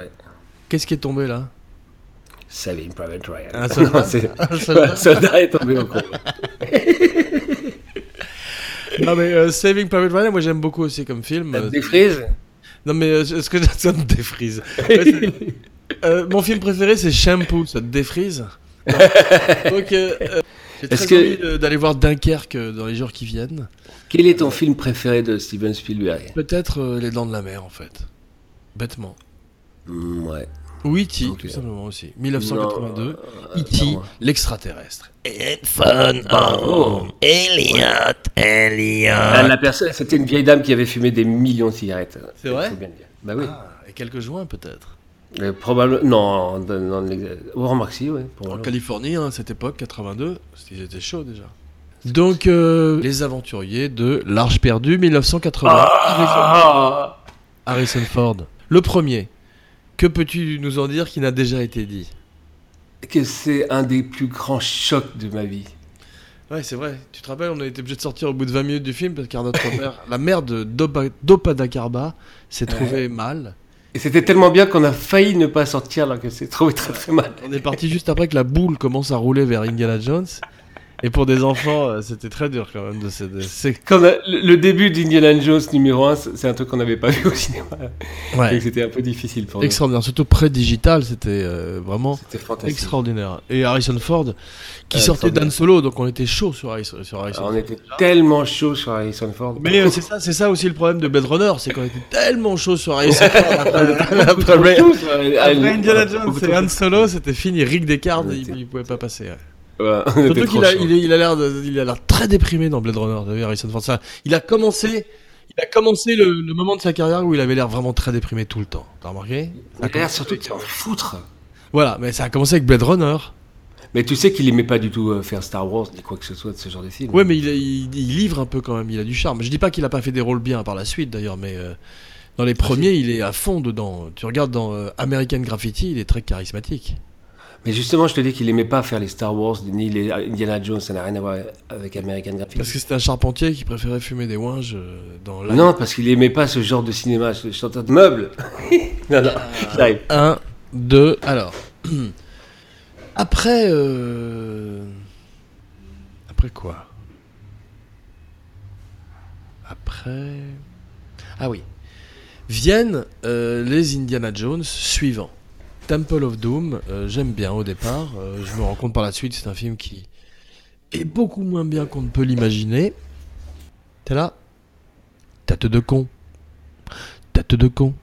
Ouais.
Qu'est-ce qui est tombé là
Saving Private Ryan.
Un soldat
Non, c'est-
Un soldat
Un soldat est tombé au con.
Bah, Non mais euh, Saving Private Ryan, moi j'aime beaucoup aussi comme film.
Ça te
Euh,
défrise
Non mais euh, est-ce que ça te défrise Ouais, c'est- Euh, Mon film préféré c'est Shampoo, ça te défrise Donc euh, euh, j'ai
Est-ce
très
que-
envie de- d'aller voir Dunkerque euh, dans les jours qui viennent.
Quel est ton film préféré de Steven Spielberg
Peut-être euh, les dents de la mer en fait. Bêtement.
Hmm, Ouais.
Ou E E.T.,
Ok.
tout simplement aussi. 1982,
Non,
E.T.,
non.
E l'extraterrestre. Ah,
Oh.
Elliot, Elliot.
Ah, la personne, c'était une vieille dame qui avait fumé des millions de cigarettes.
C'est vrai
Faut bien le dire. Bah oui.
Ah, et quelques joints peut-être.
Euh, probable- Non, non, non, les- oh, remarque si, ouais. pour-
En Californie, hein, à cette époque, 82, ils étaient chauds déjà. Donc, euh, les aventuriers de L'Arche perdue, 1980.
Ah
Harrison Ford. Le premier. Que peux-tu nous en dire qui n'a déjà été dit
que c'est un des plus grands chocs de ma vie.
Ouais, c'est vrai. Tu te rappelles, on a été obligé de sortir au bout de 20 minutes du film parce que notre mère, la mère de Dopa- Dopadakarba s'est trouvée mal.
Et c'était tellement bien qu'on a failli ne pas sortir alors que c'est trouvé très très mal.
On est parti juste après que la boule commence à rouler vers Indiana Jones. Et pour des enfants, euh, c'était très dur quand même de se- de- c'est-
Quand on a- euh, le le début d'Indiana Jones numéro 1, c'est c'est un truc qu'on n'avait pas vu au cinéma.
Ouais.
Donc c'était un peu difficile pour nous.
Extraordinaire, surtout pré-digital, c'était euh, vraiment
C'était fantastique.
extraordinaire. Et Harrison Ford, qui
Euh,
sortait
extraordinaire.
d'Han Solo, donc on était chaud sur Harrison, sur Harrison
Alors, Ah, on était tellement chaud sur Harrison Ford.
Mais euh, c'est ça, c'est ça aussi le problème de Blade Runner, c'est qu'on était tellement chaud sur Harrison Ford après, le- après
Trop
Blade-
chaud sur- euh,
après
euh,
Indiana
euh,
Jones, c'est Han Solo, c'était fini. Rick Descartes,
On
il,
était-
il pouvait pas passer. hein. ouais.
Ouais, on était
Surtout
trop
qu'il a,
chaud.
il est- il a l'air, de- il a l'air très déprimé dans Blade Runner. T'as vu Harrison Ford ça, Il a commencé, il a commencé le, le moment de sa carrière où il avait l'air vraiment très déprimé tout le temps. T'as remarqué
Il a l'air surtout de s'en foutre.
Voilà, mais ça a commencé avec Blade Runner.
Mais tu sais qu'il aimait pas du tout euh, faire Star Wars ni quoi que ce soit de ce genre de film.
Ouais, mais il, il- il livre un peu quand même. Il a du charme. Je dis pas qu'il a pas fait des rôles bien par la suite d'ailleurs, mais euh, dans les premiers, il est à fond dedans. Tu regardes dans euh, American Graffiti, il est très charismatique.
Mais justement, je te dis qu'il aimait pas faire les Star Wars ni les Indiana Jones. Ça n'a rien à voir avec American
Parce que
Graffiti.
c'était un charpentier qui préférait fumer des ouinges euh, dans la.
Non, parce qu'il aimait pas ce genre de cinéma. Je suis en train de meuble. non, non,
Ah.
j'arrive.
1, 2, alors. Après. euh, Après quoi Après. Ah oui. Viennent euh, les Indiana Jones suivants. Temple of Doom, euh, j'aime bien au départ. euh, je me rends compte par la suite, c'est un film qui est beaucoup moins bien qu'on ne peut l'imaginer. T'es là Tête de con. Tête de con.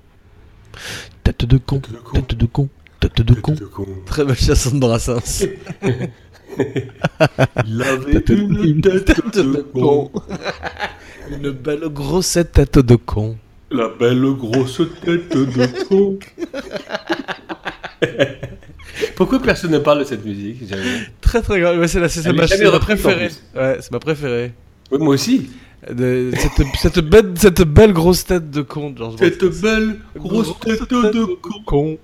Tête de con. Tête de con. Tête de con. Très belle chanson de Brassens. Tête une tête de con. Une belle grossette tête de con.
La belle grosse tête de con.
Pourquoi personne ne parle de cette musique j'avoue
Très très grave. Ouais, c'est la- c'est- c'est
Elle
ma,
est jamais
c'est ma
reprise,
préférée.
en
Ouais, c'est ma préférée.
Oui, Moi aussi.
De- cette, cette belle, cette belle grosse tête de con de Georges
Cette belle grosse tête de con.
con.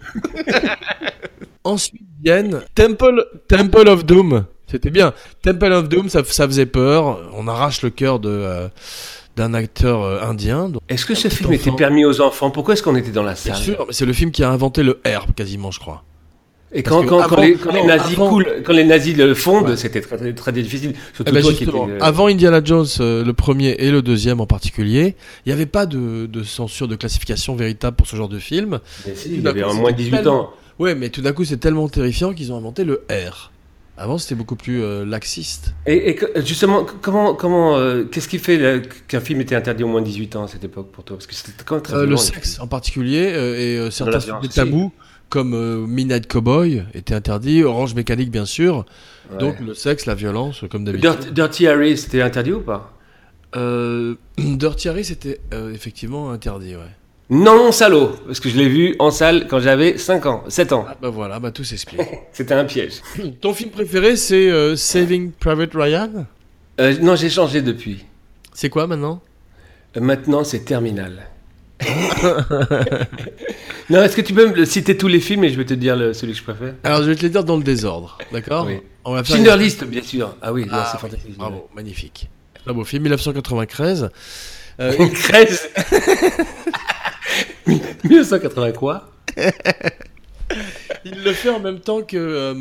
Ensuite viennent Temple, Temple of Doom. C'était bien. Temple of Doom, ça, ça faisait peur. On arrache le cœur de, euh, d'un acteur euh, indien. Donc,
Est-ce que ce
petit
film était
enfant.
permis aux enfants Pourquoi est-ce qu'on était dans la
bien
salle
sûr, mais c'est le film qui a inventé le herbe quasiment, je crois.
Et
Parce
quand,
que
quand,
avant-
quand les, quand les
non,
nazis
avant-
coulent- quand les nazis le fondent,
Ouais.
c'était très, très, très difficile. Surtout
Eh ben,
toi qui étais.
justement,
euh,
Avant Indiana Jones, euh, le premier et le deuxième en particulier, il n'y avait pas de, de censure, de classification véritable pour ce genre de film.
mais si, il
d'un
avait
coup,
un moins de
c'était
18
tellement-
ans.
Ouais, mais tout d'un coup, c'est tellement terrifiant qu'ils ont inventé le R. Avant, c'était beaucoup plus euh, laxiste.
Et, et que- justement, c- comment, comment, euh, qu'est-ce qui fait là, qu'un film était interdit au moins de 18 ans à cette époque pour toi Parce que c'était quand même très
Euh, le
violent,
sexe en particulier euh, et euh, certains
violence
sujets
aussi.
tabous comme euh, Midnight Cowboy était interdit, Orange Mécanique bien sûr.
les films.
Donc le sexe, la violence, euh, comme
Ouais.
d'habitude.
Dirt- Dirty Harry, c'était interdit ou pas
Euh, Dirty Harry c'était euh, effectivement interdit, ouais.
Non, salaud Parce que je l'ai vu en salle quand j'avais 5 ans, 7 ans.
Ah bah voilà, bah tout s'explique.
C'était un piège.
Ton film préféré c'est euh, Saving Private Ryan
Euh, non, j'ai changé depuis.
C'est quoi maintenant
Euh, Maintenant, c'est Terminal. non, est-ce que tu peux me le- citer tous les films et je vais te dire le- celui que je préfère
Alors je vais te les dire dans le désordre, d'accord
Oui.
On va
Schindler List, bien sûr. Ah oui, non,
Ah
c'est
oui,
fantastique.
Bravo, magnifique. Très beau film, 1993. Euh,
Crèche 1980 quoi
il le fait en même temps que euh,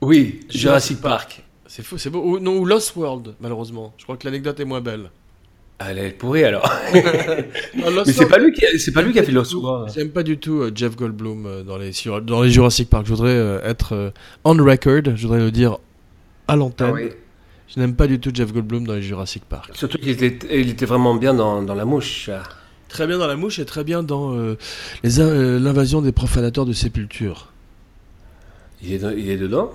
Oui,
Jurassic
Jurassic Park.
C'est fou, c'est beau. Ou, non, ou Lost World, malheureusement. Je crois que l'anecdote est moins belle.
Elle est pourrie alors.
Non, Lost
Mais c'est
World,
pas lui qui a, c'est pas lui qui a fait Lost World.
J'aime pas du tout euh, Jeff Goldblum euh, dans, les, sur- dans les Jurassic Park. Je voudrais euh, être euh, on record, je voudrais le dire à l'antenne.
Ah
Je n'aime pas du tout Jeff Goldblum dans les Jurassic Park.
Surtout qu'il était, il était vraiment bien dans, dans La Mouche.
Très bien dans La Mouche et très bien dans euh, les in- euh, L'invasion des profanateurs de sépultures.
Il est, dans- il est dedans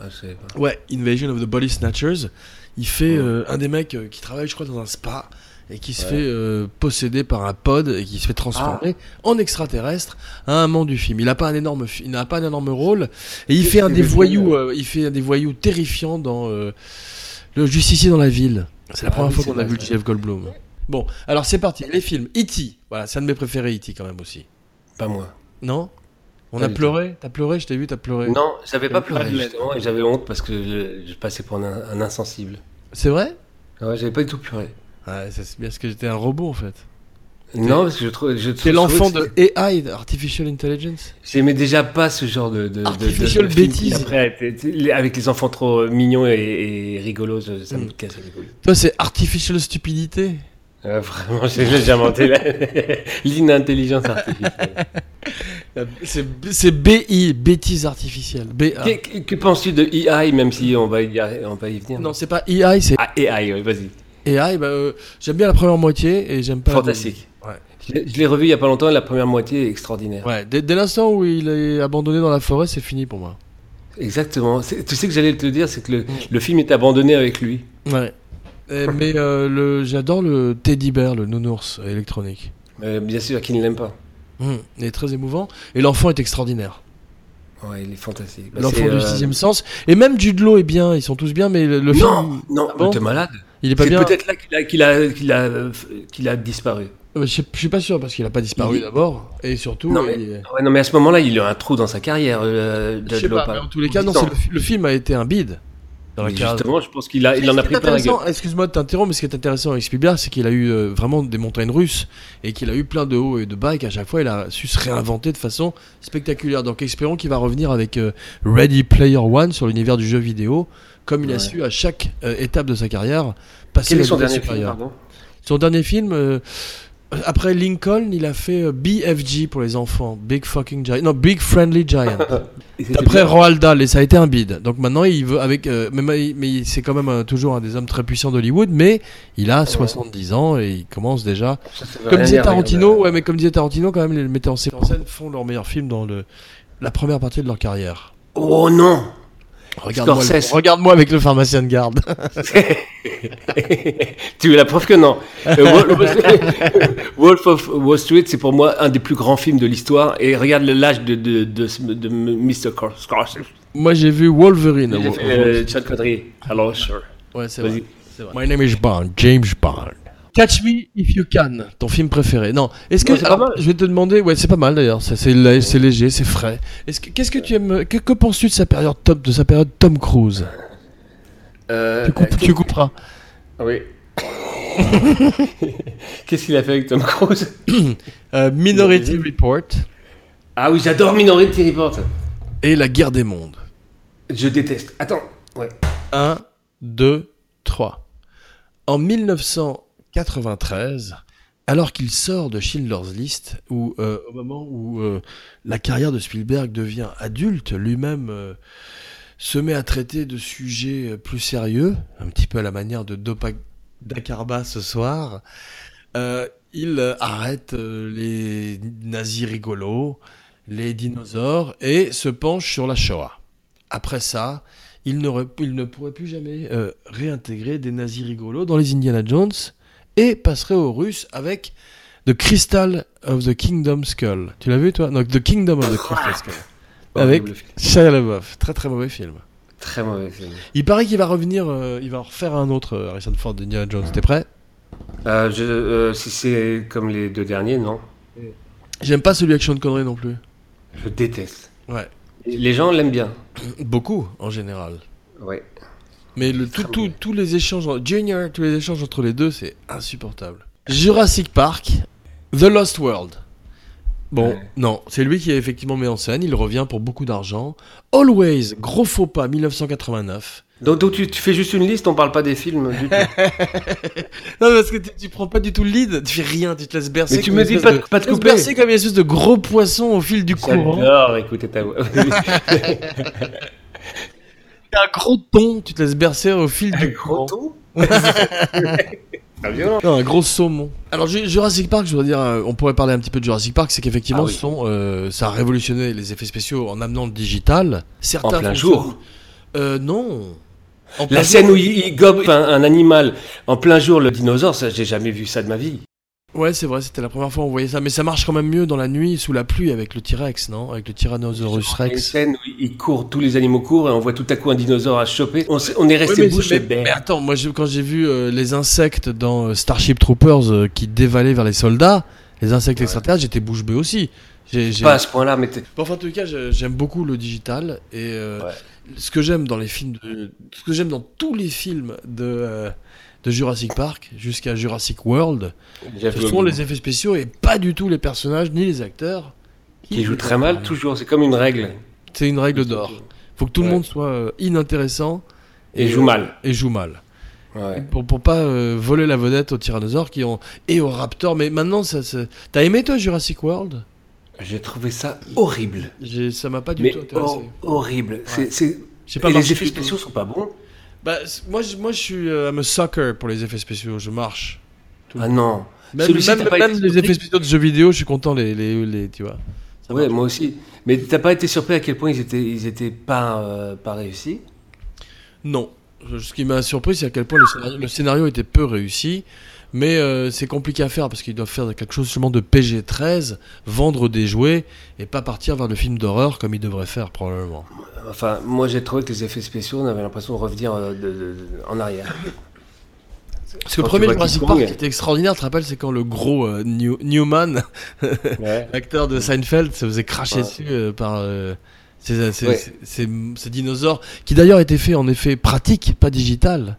Ah, je savais pas.
Ouais, Invasion of the Body Snatchers. Il fait euh, un des mecs euh, qui travaille, je crois, dans un spa et qui se
Ouais.
fait euh, posséder par un pod et qui se fait transformer en extraterrestre à un moment du film. Il n'a pas un énorme, fi- il n'a pas un énorme rôle et il
Qu'est-ce
fait un
que
des
le film,
voyous, euh, il fait un des voyous terrifiants dans euh, Le Justicier dans la ville. C'est la
Ah
première
oui,
fois
c'est
qu'on a
vrai,
vu
ça.
Jeff Goldblum. Bon, alors c'est parti. Les films. E.T. Voilà, c'est un de mes préférés, E.T. quand même aussi.
Pas moi.
Non On
Pas
a
du
pleuré T'as pleuré Je t'ai vu, t'as pleuré.
Non, j'avais pas
Pas
pleuré,
de
Euh, justement, et j'avais honte parce que je, je passais pour un, un insensible.
C'est vrai
Ah ouais, j'avais pas du tout pleuré.
Ouais, c'est bien parce que j'étais un robot en fait.
Non, parce que je trouve. je
C'est
trouve-
l'enfant
je trouvais
de
que
AI, Artificial Intelligence.
c'était- J'aimais déjà pas ce genre de. de, de- de-
Artificial
de film
bêtise.
qui après a été- tu sais, avec les enfants trop euh, mignons et, et rigolos, je- ça
Mm.
me casse les couilles.
Toi, c'est Artificial Stupidité.
Euh, vraiment, j'ai j'ai inventé la- l'inintelligence artificielle.
C'est c'est BI, bêtise artificielle. BA.
Qu'est- Que, que penses-tu de AI, même si on va y, arri- on va y venir
Non, c'est pas AI, c'est
Ah, AI, oui, vas-y.
AI. Bah, euh, j'aime bien la première moitié et j'aime pas. la
Fantastique.
Ouais.
Je, l'ai- je l'ai revu il y a pas longtemps, la première moitié est extraordinaire.
deuxième. Ouais, dès, dès l'instant où il est abandonné dans la forêt, c'est fini pour moi.
Exactement. C'est- Tu sais que j'allais te le dire, c'est que le,
Mm.
le film est abandonné avec lui.
Ouais. Eh, mais euh, le, j'adore le teddy bear, le nounours électronique.
Euh, bien sûr, qui ne l'aime pas. Hmm.
Hum, Il est très émouvant et l'enfant est extraordinaire.
Ouais, il est fantastique. Bah,
L'enfant
c'est,
du
euh,
sixième sens. Et même Jude Law est bien, ils sont tous bien, mais le, le film,
Non, non,
Ah bon
mais t'es malade.
il est pas
C'est
bien.
peut-être là qu'il a, qu'il a, qu'il a, euh, f- qu'il a disparu.
Euh, Je, sais- je suis pas sûr parce qu'il a pas disparu
Il-
d'abord, et surtout,
Non, mais-
il est-
Ouais, non, mais à ce moment-là, il a un trou dans sa carrière. euh,
je
Judd
sais
Law,
pas.
par-
mais en tous les cas, non,
Dix ans.
c'est le, fi- le film a été un bide. Dans la
Mais
case.
Justement, je pense qu'il a, il en
Ce
a
qui est
pris plein la gueule.
intéressant- Excuse-moi de t'interrompre, mais ce qui est intéressant avec Spielberg, c'est qu'il a eu euh, vraiment des montagnes russes et qu'il a eu plein de hauts et de bas et qu'à chaque fois, il a su se réinventer de façon spectaculaire. Donc, espérons qu'il va revenir avec euh, Ready Player One sur l'univers du jeu vidéo, comme il a
Ouais.
su à chaque euh, étape de sa carrière passer
Quel est
la
son
vitesse
dernier film,
supérieure.
pardon
Son dernier film, euh, après Lincoln, il a fait euh, BFG pour les enfants, Big Fucking Giant, non Big Friendly Giant.
Et c'était
D'après
bien.
Roald Dahl, et ça a été un bide. Donc maintenant, il veut avec, euh, mais, mais- mais c'est quand même euh, toujours un des hommes très puissants d'Hollywood, mais il a 70 ans et il commence déjà.
Ça, ça veut
Comme
rien
disait
dire,
Tarantino,
regarde.
ouais, mais comme disait Tarantino, quand même, les metteurs en scène- en scène font leurs meilleurs films dans le la première partie de leur carrière.
Oh non
Regarde-moi
Scorsese.
le- regarde-moi avec le pharmacien de garde.
Tu es la preuve que non. Euh, Wol- Wolf, of Wall Street, c'est pour moi un des plus grands films de l'histoire. Et regarde le lâche de, de, de, de, Mr. Cor- Scorsese.
Moi, j'ai vu Wolverine.
Il a fait, euh, Chad Connery. Alors, sure.
Ouais, c'est
Vas-y.
vrai. c'est vrai. My name is Bond, James Bond. Catch Me If You Can, ton film préféré. Non, est-ce que
Non, c'est pas
alors,
mal.
je vais te demander, ouais, c'est pas mal d'ailleurs, ça, c'est lé- c'est léger, c'est frais. Est-ce que qu'est-ce que tu aimes que, que penses-tu de sa période top de sa période Tom Cruise
Euh,
tu, coupes-
euh,
tu couperas.
Oui. Qu'est-ce qu'il a fait avec Tom Cruise
Euh, Minority
Oui.
Report
Ah oui, j'adore Minority Report.
et La Guerre des Mondes.
Je déteste. Attends. Ouais.
1 2 3. En 1993, alors qu'il sort de Schindler's List, où, euh, au moment où euh, la carrière de Spielberg devient adulte, lui-même euh, se met à traiter de sujets euh, plus sérieux, un petit peu à la manière de Dopa Dakarba ce soir, euh, il euh, arrête euh, les nazis rigolos, les dinosaures, et se penche sur la Shoah. Après ça, il, n'aurait- il ne pourrait plus jamais euh, réintégrer des nazis rigolos dans les Indiana Jones et passerait aux Russes avec The Crystal of the Kingdom Skull. Tu l'as vu toi Non, The Kingdom of the Crystal Skull. Avec
Horrible film.
Shia LaBeouf. Très très mauvais film.
Très mauvais film.
Il paraît qu'il va revenir, euh, il va en refaire un autre euh, Harrison Ford d'Indiana Jones. T'es prêt
Euh, je, euh, si c'est comme les deux derniers, non.
J'aime pas celui avec Sean Connery non plus.
Je déteste.
Ouais.
Les gens l'aiment bien.
Beaucoup en général.
Ouais.
Mais le, tout, tout- tous les échanges, en- Junior, tous les échanges entre les deux, c'est insupportable. Jurassic Park, The Lost World. Bon,
Ouais.
non, c'est lui qui a effectivement mis en scène, il revient pour beaucoup d'argent. Always, gros faux pas, 1989.
Donc, donc tu, tu fais juste une liste, on parle pas des films du tout.
Non, parce que tu, tu prends pas du tout le lead, tu fais rien, tu te laisses bercer.
Mais tu
comme
me
une
dis
espèce
pas de- pas de
tu te laisses
couper.
bercer comme une espèce de gros poisson au fil du courant.
J'adore écouter ta voix.
T'es un gros ton, tu te laisses bercer au fil du courant.
Gros tout Pas violent.
Non, un gros saumon. Alors Ju- Jurassic Park, je voudrais dire, euh, on pourrait parler un petit peu de Jurassic Park, c'est qu'effectivement,
Ah oui.
ce sont, euh, ça a révolutionné les effets spéciaux en amenant le digital. Certains
En plein
fonctionnent-
jour.
Euh, Non. En plein
La scène
jour.
où il, il gobe un, un animal en plein jour, le dinosaure, ça, j'ai jamais vu ça de ma vie.
Ouais, c'est vrai, c'était la première fois qu'on voyait ça, mais ça marche quand même mieux dans la nuit sous la pluie avec le T-Rex, non Avec le Tyrannosaurus
Il y a Une
Rex.
scène où ils courent, tous les animaux courent, et on voit tout à coup un dinosaure à choper. On, s'est- on est resté
Ouais, mais-
bouche
mais-
bée.
mais attends, moi je- quand j'ai vu euh, les insectes dans euh, Starship Troopers euh, qui dévalaient vers les soldats, les insectes extraterrestres, j'étais bouche bée aussi. J'ai- j'ai-
Pas à ce point-là, mais t'es-
Bon, enfin, en tout cas, je- j'aime beaucoup le digital et euh,
Ouais.
ce que j'aime dans les films, de, ce que j'aime dans tous les films de euh, de Jurassic Park jusqu'à Jurassic World, ce
j'avoue,
sont les effets spéciaux et pas du tout les personnages ni les acteurs
qui joue très mal toujours. C'est comme une règle.
C'est une règle d'or. Faut que tout le
Ouais.
monde soit euh, inintéressant
Et joue mal.
et joue mal.
Ouais.
Pour, pour pas euh, voler la vedette aux tyrannosaures qui ont et aux raptors. Mais maintenant, ça, ça- t'as aimé toi Jurassic World
J'ai trouvé ça horrible.
J'ai- Ça m'a pas du
Mais
tout intéressé.
hor- horrible. C'est- c'est-
J'ai
Et
marché
les effets
du tout.
spéciaux sont pas bons.
Bah, c- moi, je, moi, je suis euh, I'm a sucker pour les effets spéciaux. Je marche.
Ah non.
Même,
Celui-ci,
même-
t'as pas
même
été
les
surpris
effets spéciaux de jeux vidéo, je suis content. Les, les, les- tu vois. Ça
Ouais,
marche.
moi aussi. Mais t'as pas été surpris à quel point ils étaient, ils étaient pas, euh, pas réussis
Non. Je- Ce qui m'a surpris, c'est à quel point le scénario, le scénario était peu réussi. Mais euh, c'est compliqué à faire parce qu'ils doivent faire quelque chose seulement de PG-13, vendre des jouets et pas partir vers le film d'horreur comme ils devraient faire probablement.
Enfin, moi j'ai trouvé que les effets spéciaux, on avait l'impression de revenir euh, de- de- de- en arrière.
Parce que le
Quand tu
premier
vois
Jurassic
King
Park
Kong-
qui était extraordinaire, tu te rappelles, c'est quand le gros euh, New- Newman, l'acteur de Seinfeld, se faisait cracher
Ouais.
dessus euh, par euh, ces, ces-
Ouais.
ces- ces- ces dinosaures, qui d'ailleurs étaient faits en effet pratique, pas digital,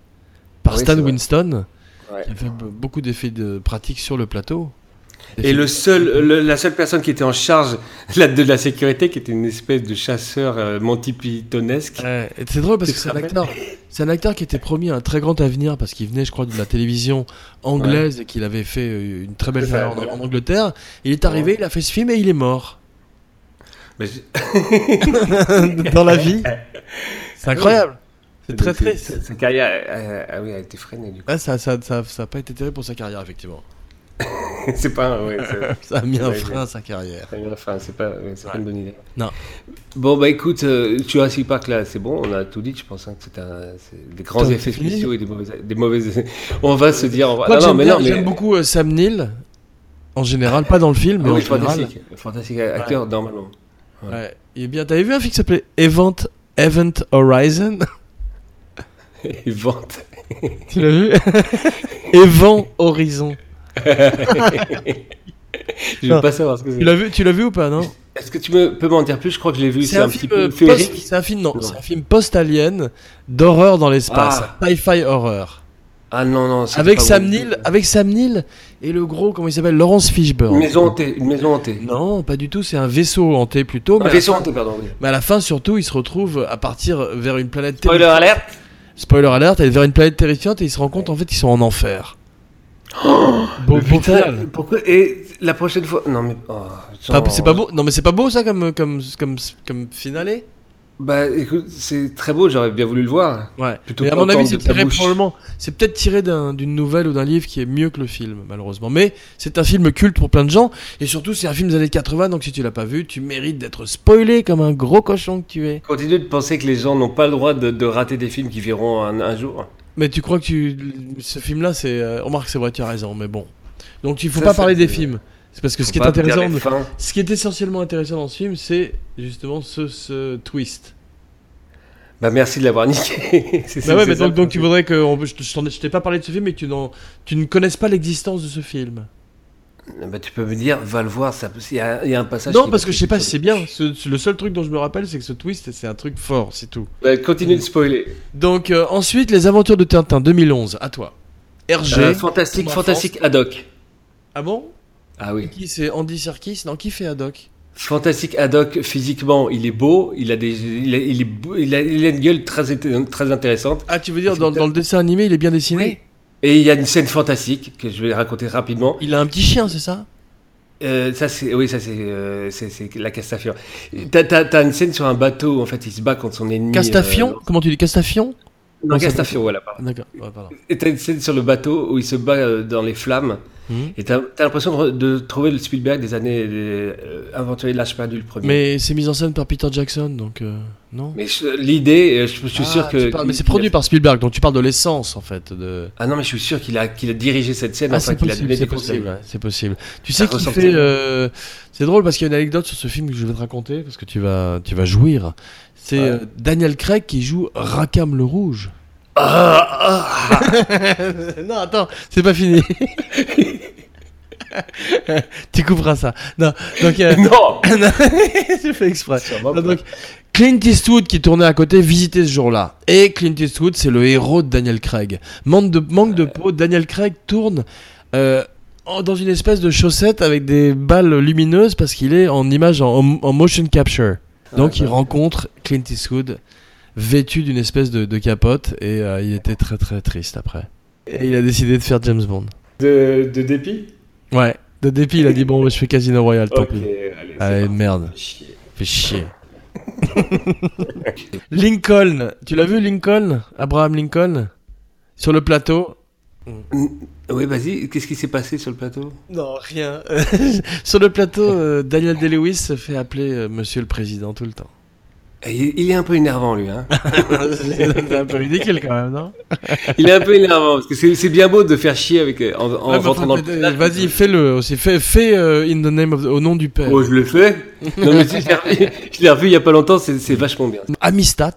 par
Oui,
Stan
c'est vrai.
Winston,
Ouais.
qui a fait be- beaucoup d'effets de pratique sur le plateau.
Et le seul, le- la seule personne qui était en charge de la- de la sécurité, qui était une espèce de chasseur euh, Monty Pythonesque.
Ouais, et c'est drôle parce
Tu
que
te
c'est un
rappelles
acteur, c'est un acteur qui était promis un très grand avenir parce qu'il venait, je crois, de la télévision anglaise et qu'il avait fait euh, une très belle
C'est ça,
carrière en, en Angleterre. Il est arrivé, il a fait ce film et il est mort
Mais je-
dans la vie. C'est incroyable. C'est très triste.
Sa carrière euh, ah oui, a été freinée du coup.
Ah, ça, ça, ça, ça a pas été terrible pour sa carrière effectivement.
c'est pas, ouais, c'est-
Ça a mis un
Ouais,
frein à sa carrière.
c'est- enfin, c'est pas, ouais, c'est pas une bonne idée.
Non.
Bon bah écoute, euh, Jurassic Park là, c'est bon, on a tout dit. Je pense hein, que c'est un- c'est des grands
Putain,
effets
c'est fini
spéciaux et des mauvaises, des mauvaises. on va se dire, on va-
Quoi que
Bah, non, non,
j'aime
mais
bien-
non, mais
j'aime beaucoup euh, Sam Neill en général, pas dans le film, mais
Ah
en
oui,
général.
fantastique, fantastique acteur normalement.
Ouais. Il est bien. T'avais vu un film qui s'appelait Event, Event Horizon
Il vante.
Tu l'as vu Event Horizon.
Je veux
Ah.
pas savoir ce que
Tu
c'est.
l'as vu, tu l'as vu ou pas, non
Est-ce que tu me, peux m'en dire plus Je crois que je l'ai vu.
C'est un,
petit
film
peu
euh, post,
féerique.
c'est un film non,
Non.
c'est un film post-alien d'horreur dans l'espace,
Ah.
sci-fi horror,
Ah non non. c'est
avec
pas
Sam
bon.
Neill, avec Sam Neill et le gros comment il s'appelle Laurence
Une
Fishburne.
maison hantée. Une maison hantée.
Non, pas du tout, c'est un vaisseau hanté plutôt, mais,
Un vaisseau hanté, pardon. oui.
mais à la fin surtout, il se retrouve à partir vers une planète
Spoiler
terrifiante.
alerte.
Spoiler alert, elle est vers une planète terrifiante et il se rend compte en fait qu'ils sont en enfer. Beau- beau final.
Pourquoi Et la prochaine fois. Non mais. oh,
Pas-
genre-
c'est pas beau. Non mais c'est pas beau ça comme comme comme comme finale.
Bah écoute, c'est très beau. J'aurais bien voulu le voir.
Ouais.
Plutôt
mais à
que
mon avis,
entendre
c'est
de ta
tiré
bouche.
probablement. C'est peut-être tiré d'un- d'une nouvelle ou d'un livre qui est mieux que le film, malheureusement. Mais c'est un film culte pour plein de gens et surtout c'est un film des années 80. Donc si tu l'as pas vu, tu mérites d'être spoilé comme un gros cochon que tu es.
Continue de penser que les gens n'ont pas le droit de, de rater des films qui verront un, un jour.
Mais tu crois que tu... ce film-là, c'est euh, remarque, c'est vrai, tu as raison. Mais bon. Donc il faut
Ça,
pas
ça,
parler des
c'est-
films. C'est parce que ce
Faut
qui est
pas dire
intéressant,
les fins.
ce qui est essentiellement intéressant dans ce film, c'est justement ce, ce twist.
Bah merci de l'avoir niqué. C'est ça,
Bah ouais,
c'est
mais
ça,
donc,
le
donc tu
principe.
voudrais que on- je, te- je t'en ai- je t'ai pas parlé de ce film et que tu, n'en- tu ne connaisses pas l'existence de ce film.
Bah, tu peux me dire, va le voir, ça peut- il y, a il y a un passage.
Non,
qui-
parce que je sais pas si c'est bien. Ce- ce- le seul truc dont je me rappelle, c'est que ce twist, c'est un truc fort, c'est tout.
Bah, continue de spoiler.
Donc euh, ensuite, les aventures de Tintin 2011, à toi. RG.
Euh, fantastique,
Thomas
fantastique Haddock.
ah bon
Ah oui.
Qui c'est Andy Serkis Non, qui fait Haddock
Fantastique Haddock, physiquement, il est beau, il a, des, il a, il est beau- il a- il a une gueule très, éte- très intéressante.
Ah, tu veux dire dans, dans le dessin animé, il est bien dessiné
Et il y a une scène fantastique que je vais raconter rapidement.
Il a un petit chien, c'est ça
Euh, ça c'est, oui, ça c'est, euh, c'est, c'est la Castafiore. T'as, t'as, t'as une scène sur un bateau, en fait, il se bat contre son ennemi.
Castafion
euh,
Comment tu dis Castafion
Dans
Non, ça-
Castafiore, là, pardon.
D'accord, ouais, pardon.
Et t'as une scène sur le bateau où il se bat euh, dans les flammes.
Mhm.
Et t'as t'as l'impression de, de trouver le Spielberg des années euh, aventuriers de l'âge perdu, le premier.
Mais c'est mis en scène par Peter Jackson, donc euh, non
Mais je- l'idée, euh, je, je suis sûr
Ah,
que.
tu parles- mais c'est
qu'il a-
produit par Spielberg, donc tu parles de l'essence en fait. De...
Ah non, mais je suis sûr qu'il a, qu'il a dirigé cette scène,
Ah,
enfin
c'est
qu'il a
possible,
donné
c'est
des conseils.
possible, ouais, c'est possible. Tu
Ça
sais qui
ressortait.
fait. euh, C'est drôle parce qu'il y a une anecdote sur ce film que je vais te raconter parce que tu vas, tu vas jouir. C'est
Ouais.
euh, Daniel Craig qui joue Rakam le Rouge.
Ah,
non, attends, c'est pas fini. tu couperas ça. Non, donc. euh,
ah, Non
J'ai fait exprès. Ah, donc, Clint Eastwood qui tournait à côté visitait ce jour-là. Et Clint Eastwood, c'est le héros de Daniel Craig. Manque de, manque de peau, Daniel Craig tourne euh, en- dans une espèce de chaussette avec des balles lumineuses parce qu'il est en image, en, en- en motion capture. Donc il rencontre Clint Eastwood vêtu d'une espèce de, de capote et euh, il était très très triste après. Et il a décidé de faire James Bond.
De, dépit
Ouais. De dépit, il a dit bon, je fais Casino Royale, tant pis.
allez,
Allez, merde. Fais chier. Lincoln, tu l'as vu Lincoln Abraham Lincoln Sur le plateau
Oui, vas-y, qu'est-ce qui s'est passé sur le plateau
Non, rien. Sur le plateau, euh, Daniel Day-Lewis se fait appeler euh, Monsieur le Président tout le temps.
Eh, Il il est un peu énervant, lui. Hein.
C'est un peu ridicule quand même, non
Il est un peu énervant, parce que c'est c'est bien beau de faire chier avec, euh, en, en rentrant dans le personnage.
Vas-y, fais-le aussi. Fais, fais euh, in the name of, au nom du père.
Oh, je le fais Non, mais si, je l'ai revu- je l'ai revu il y a pas longtemps, c'est c'est vachement bien.
Amistat.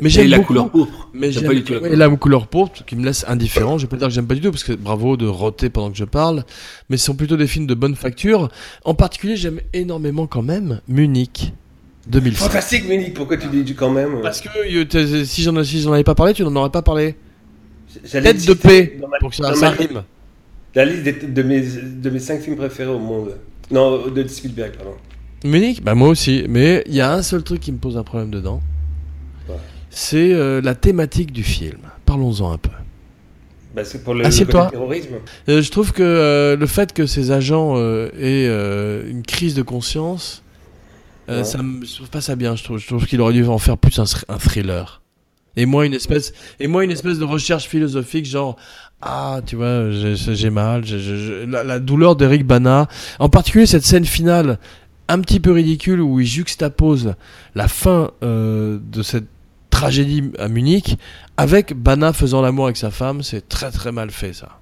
Mais
Et
j'aime
la
beaucoup.
couleur pourpre.
Mais
J'aime
j'aime-
pas du tout la
ouais,
couleur.
la couleur pourpre ce qui me laisse indifférent. Je vais pas dire que j'aime pas du tout parce que bravo de roter pendant que je parle, mais ce sont plutôt des films de bonne facture. En particulier, j'aime énormément quand même Munich 2005.
Fantastique, Munich, pourquoi tu dis du quand même
Parce que euh, t'es- si j'en si j'en avais pas parlé, tu n'en aurais pas parlé.
J'allais
Tête de
le citer
paix
dans ma-
pour que ça,
dans
ça
ma-
rime.
La liste des- de mes, de mes 5 films préférés au monde. Non, de Spielberg, pardon.
Munich, bah moi aussi, mais il y a un seul truc qui me pose un problème dedans.
Ouais.
C'est euh, la thématique du film. Parlons-en un peu.
Bah, c'est pour le,
Assieds-toi.
le terrorisme.
Euh, je trouve que euh, le fait que ces agents euh, aient euh, une crise de conscience, euh,
Ouais.
ça me, je trouve pas ça bien. Je trouve, je trouve qu'il aurait dû en faire plus un, thr- un thriller. Et moi, une espèce, et moi, une espèce de recherche philosophique, genre, ah, tu vois, j'ai- j'ai mal, j'ai- j'ai- j'ai- la, la douleur d'Eric Bana. En particulier, cette scène finale, un petit peu ridicule, où il juxtapose la fin euh, de cette tragédie à Munich avec Bana faisant l'amour avec sa femme. C'est très très mal fait, ça.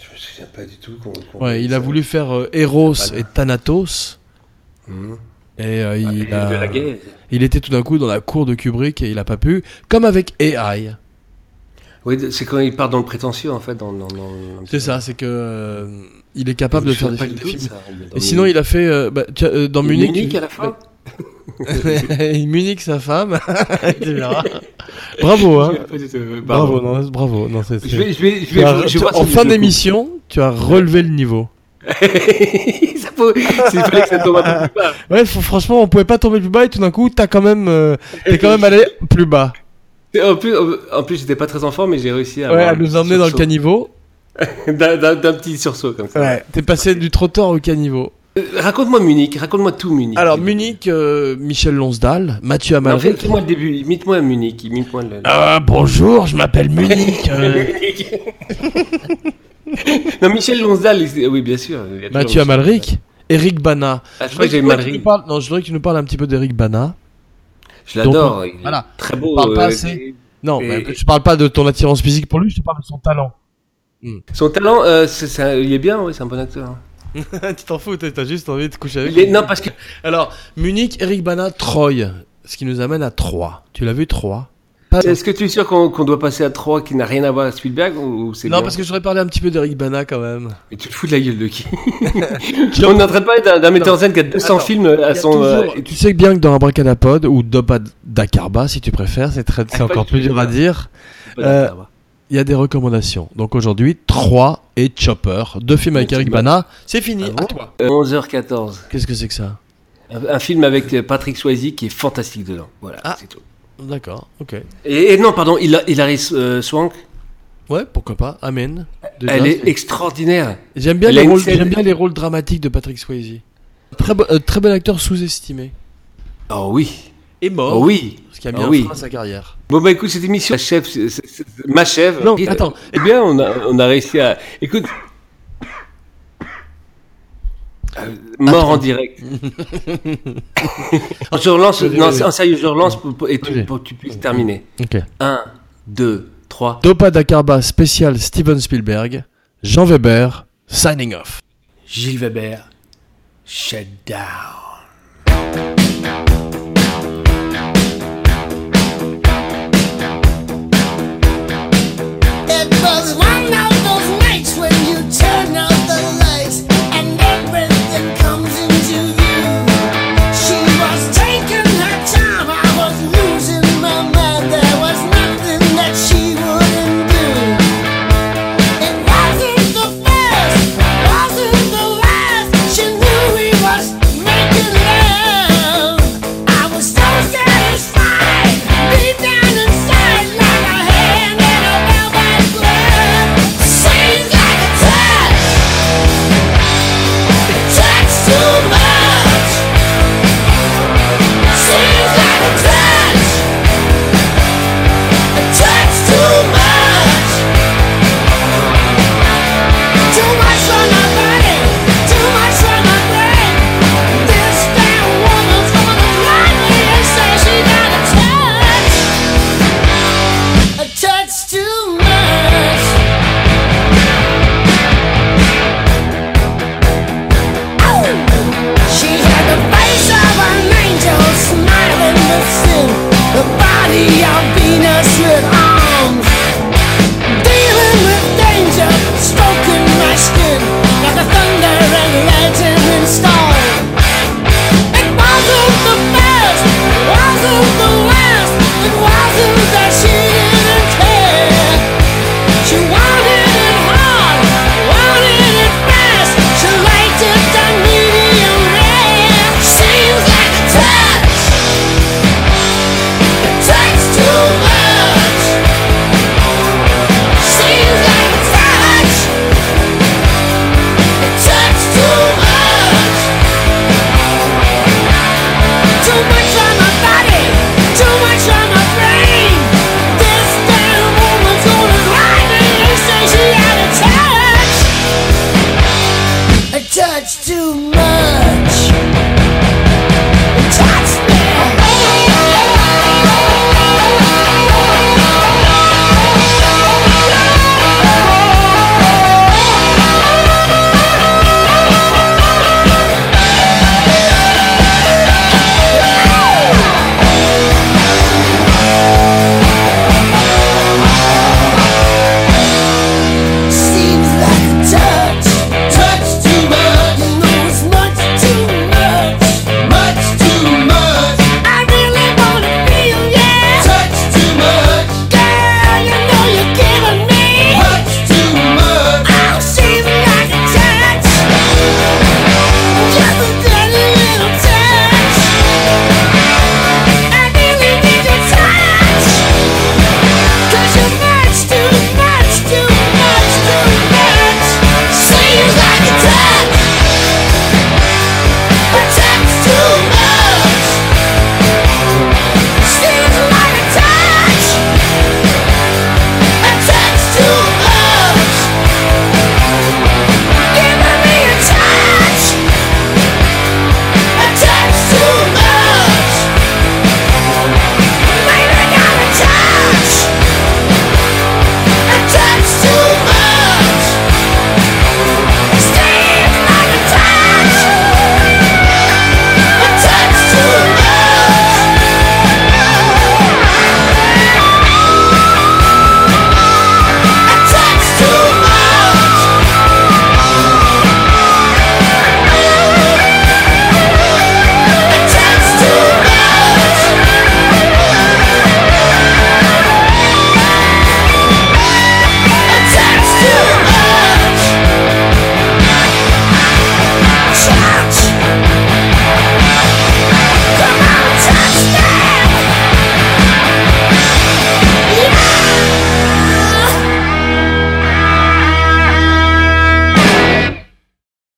Je me souviens pas du tout. qu'on- qu'on-
Ouais, il
ça.
a voulu faire euh, Eros
C'est pas
et Thanatos.
Mhm.
Et euh,
Ah,
il,
de
a-
la guerre.
il était tout d'un coup dans la cour de Kubrick et il a pas pu. Comme avec AI.
Oui, de- c'est quand il part dans le prétentieux, en fait. Dans, dans, dans- dans-
C'est ça, c'est que euh, il est capable de
Je
faire des
sais pas
films.
du
des
tout
films.
ça.
Et sinon, il a fait euh, bah, tu as, euh, dans Munich.
Munich
tu-
à la fin
il Munich sa femme. tu verras. Bravo, hein.
Pas du tout, euh,
Bravo,
pardon.
non, c'est- bravo. Non, c'est-
Je vais, je vais, je
Tu
vais,
as-
je- je
tu-
vois si
en
je
fin
le coupe.
d'émission, tu as relevé le niveau.
ça faut, il fallait que ça tombe un peu plus bas.
Ouais, f- franchement, on pouvait pas tomber plus bas et tout d'un coup, t'as quand même, euh, t'es quand même allé plus bas.
Et En plus, en plus, j'étais pas très enfant, mais j'ai réussi à,
Ah Ouais,
avoir
à
un
nous
petit
emmener dans le
sursaut.
caniveau.
D'un- D'un d'un petit sursaut comme ça.
T'es passé du trottoir au caniveau.
Euh, Raconte-moi Munich, raconte-moi tout Munich.
Alors, Munich, bah, euh, Michel Lonsdal, Mathieu
Non,
Amalric.
fais-moi le début, imite-moi Munich, imite-moi le.
Ah, bonjour, je m'appelle Munich. euh,
Non, Michel Lonsdal, il- oui, bien sûr. il y a toujours
Mathieu
Michel Lonsdal.
Amalric. Eric Bana.
Ah, je crois que j'ai Malric.
Non, je voudrais que tu nous parles un petit peu d'Eric Bana.
Je l'adore. il est
Voilà.
Très beau.
On parle pas
euh,
assez. Non,
Et-
mais je parle pas de ton attirance physique pour lui, je te parle de son talent.
Son talent, euh, c'est- ça- il est bien, oui, c'est un bon acteur. hein.
tu t'en fous, t'as t'as juste envie de coucher
Il est- non, parce que.
Alors, Munich, Eric Bana, Troy. Ce qui nous amène à Troyes. Tu l'as vu, Troyes Pas-
Ah, Est-ce que tu es sûr qu'on qu'on doit passer à 3 qui n'a rien à voir avec Spielberg ou, ou c'est
Non,
bien
parce que j'aurais parlé un petit peu d'Eric Bana quand même.
Mais tu te fous de la gueule de qui On est en train de parler d'un- d'un metteur en scène qui a 200
Attends.
films à
Il y a
son. euh,
toujours- tu sais bien que dans Abracadapod ou Dobad Dakarba, si tu préfères, c'est très- c'est
pas
encore
du
plus
tout,
dur à
non.
dire. Euh, Il y a des recommandations. Donc aujourd'hui, 3 et Chopper, deux films avec
Et
Eric
Chopper.
Bana. C'est fini.
Oh, Ah bon
à toi.
Euh, 11h14.
Qu'est-ce que c'est que ça
Un, un film avec euh, Patrick Swayze qui est fantastique dedans. Voilà,
Ah.
c'est tout.
D'accord. Ok.
Et, et non, pardon, Hila- Hilary euh, Swank,
Ouais, pourquoi pas. Amen. Déjà,
elle est
c'est-
extraordinaire.
J'aime bien
elle
les
a une
rôles.
scène-
J'aime bien les rôles dramatiques de Patrick Swayze. Très, bon- euh, très bon acteur sous-estimé.
Oh oui.
est mort.
Oh oui.
Ce qui a mis
Ah
un
oui.
frein à sa carrière.
Bon bah écoute, cette émission m'achève. c'est- c'est- c'est- m'achève.
Non,
Et-
attends.
Eh bien, on a, on a réussi à. Écoute. Euh, mort en direct. je relance.
Vas-y,
Non,
vas-y.
en sérieux, je relance pour, pour- et tu-
Vas-y.
pour que tu puisses terminer.
Ok.
1, 2, 3.
Dopa Dakarba spécial Steven Spielberg, Jean Weber, signing off.
Gilles Weber, shut down.
It was one of those nights when you turn out the lights and everything comes into view. She was taking her time, I was losing my mind. There was nothing that she wouldn't do. It wasn't the first, wasn't the last. She knew we was making love. I was so satisfied, deep down inside, like a hand in a velvet glove. Seems like a touch, a touch too much. Seems like a touch, a touch too much. Too much for my body, too much for my brain. This damn woman's gonna lie to me and say she got a touch, a touch too much. Oh! She had the face of an angel smiling with sin, the body of Venus with arms. Dealing with danger, stroking my skin like a thunder and lightning storm. It wasn't the best, it wasn't the last, it wasn't that she didn't care. She wanted it hard, wanted it fast, she liked it done medium rare. Seems like a touch, a touch too much. Seems like a touch, a touch too much. Too much on my body, too much on my brain. This damn woman's gonna lie to me and say she had a touch, a touch too much.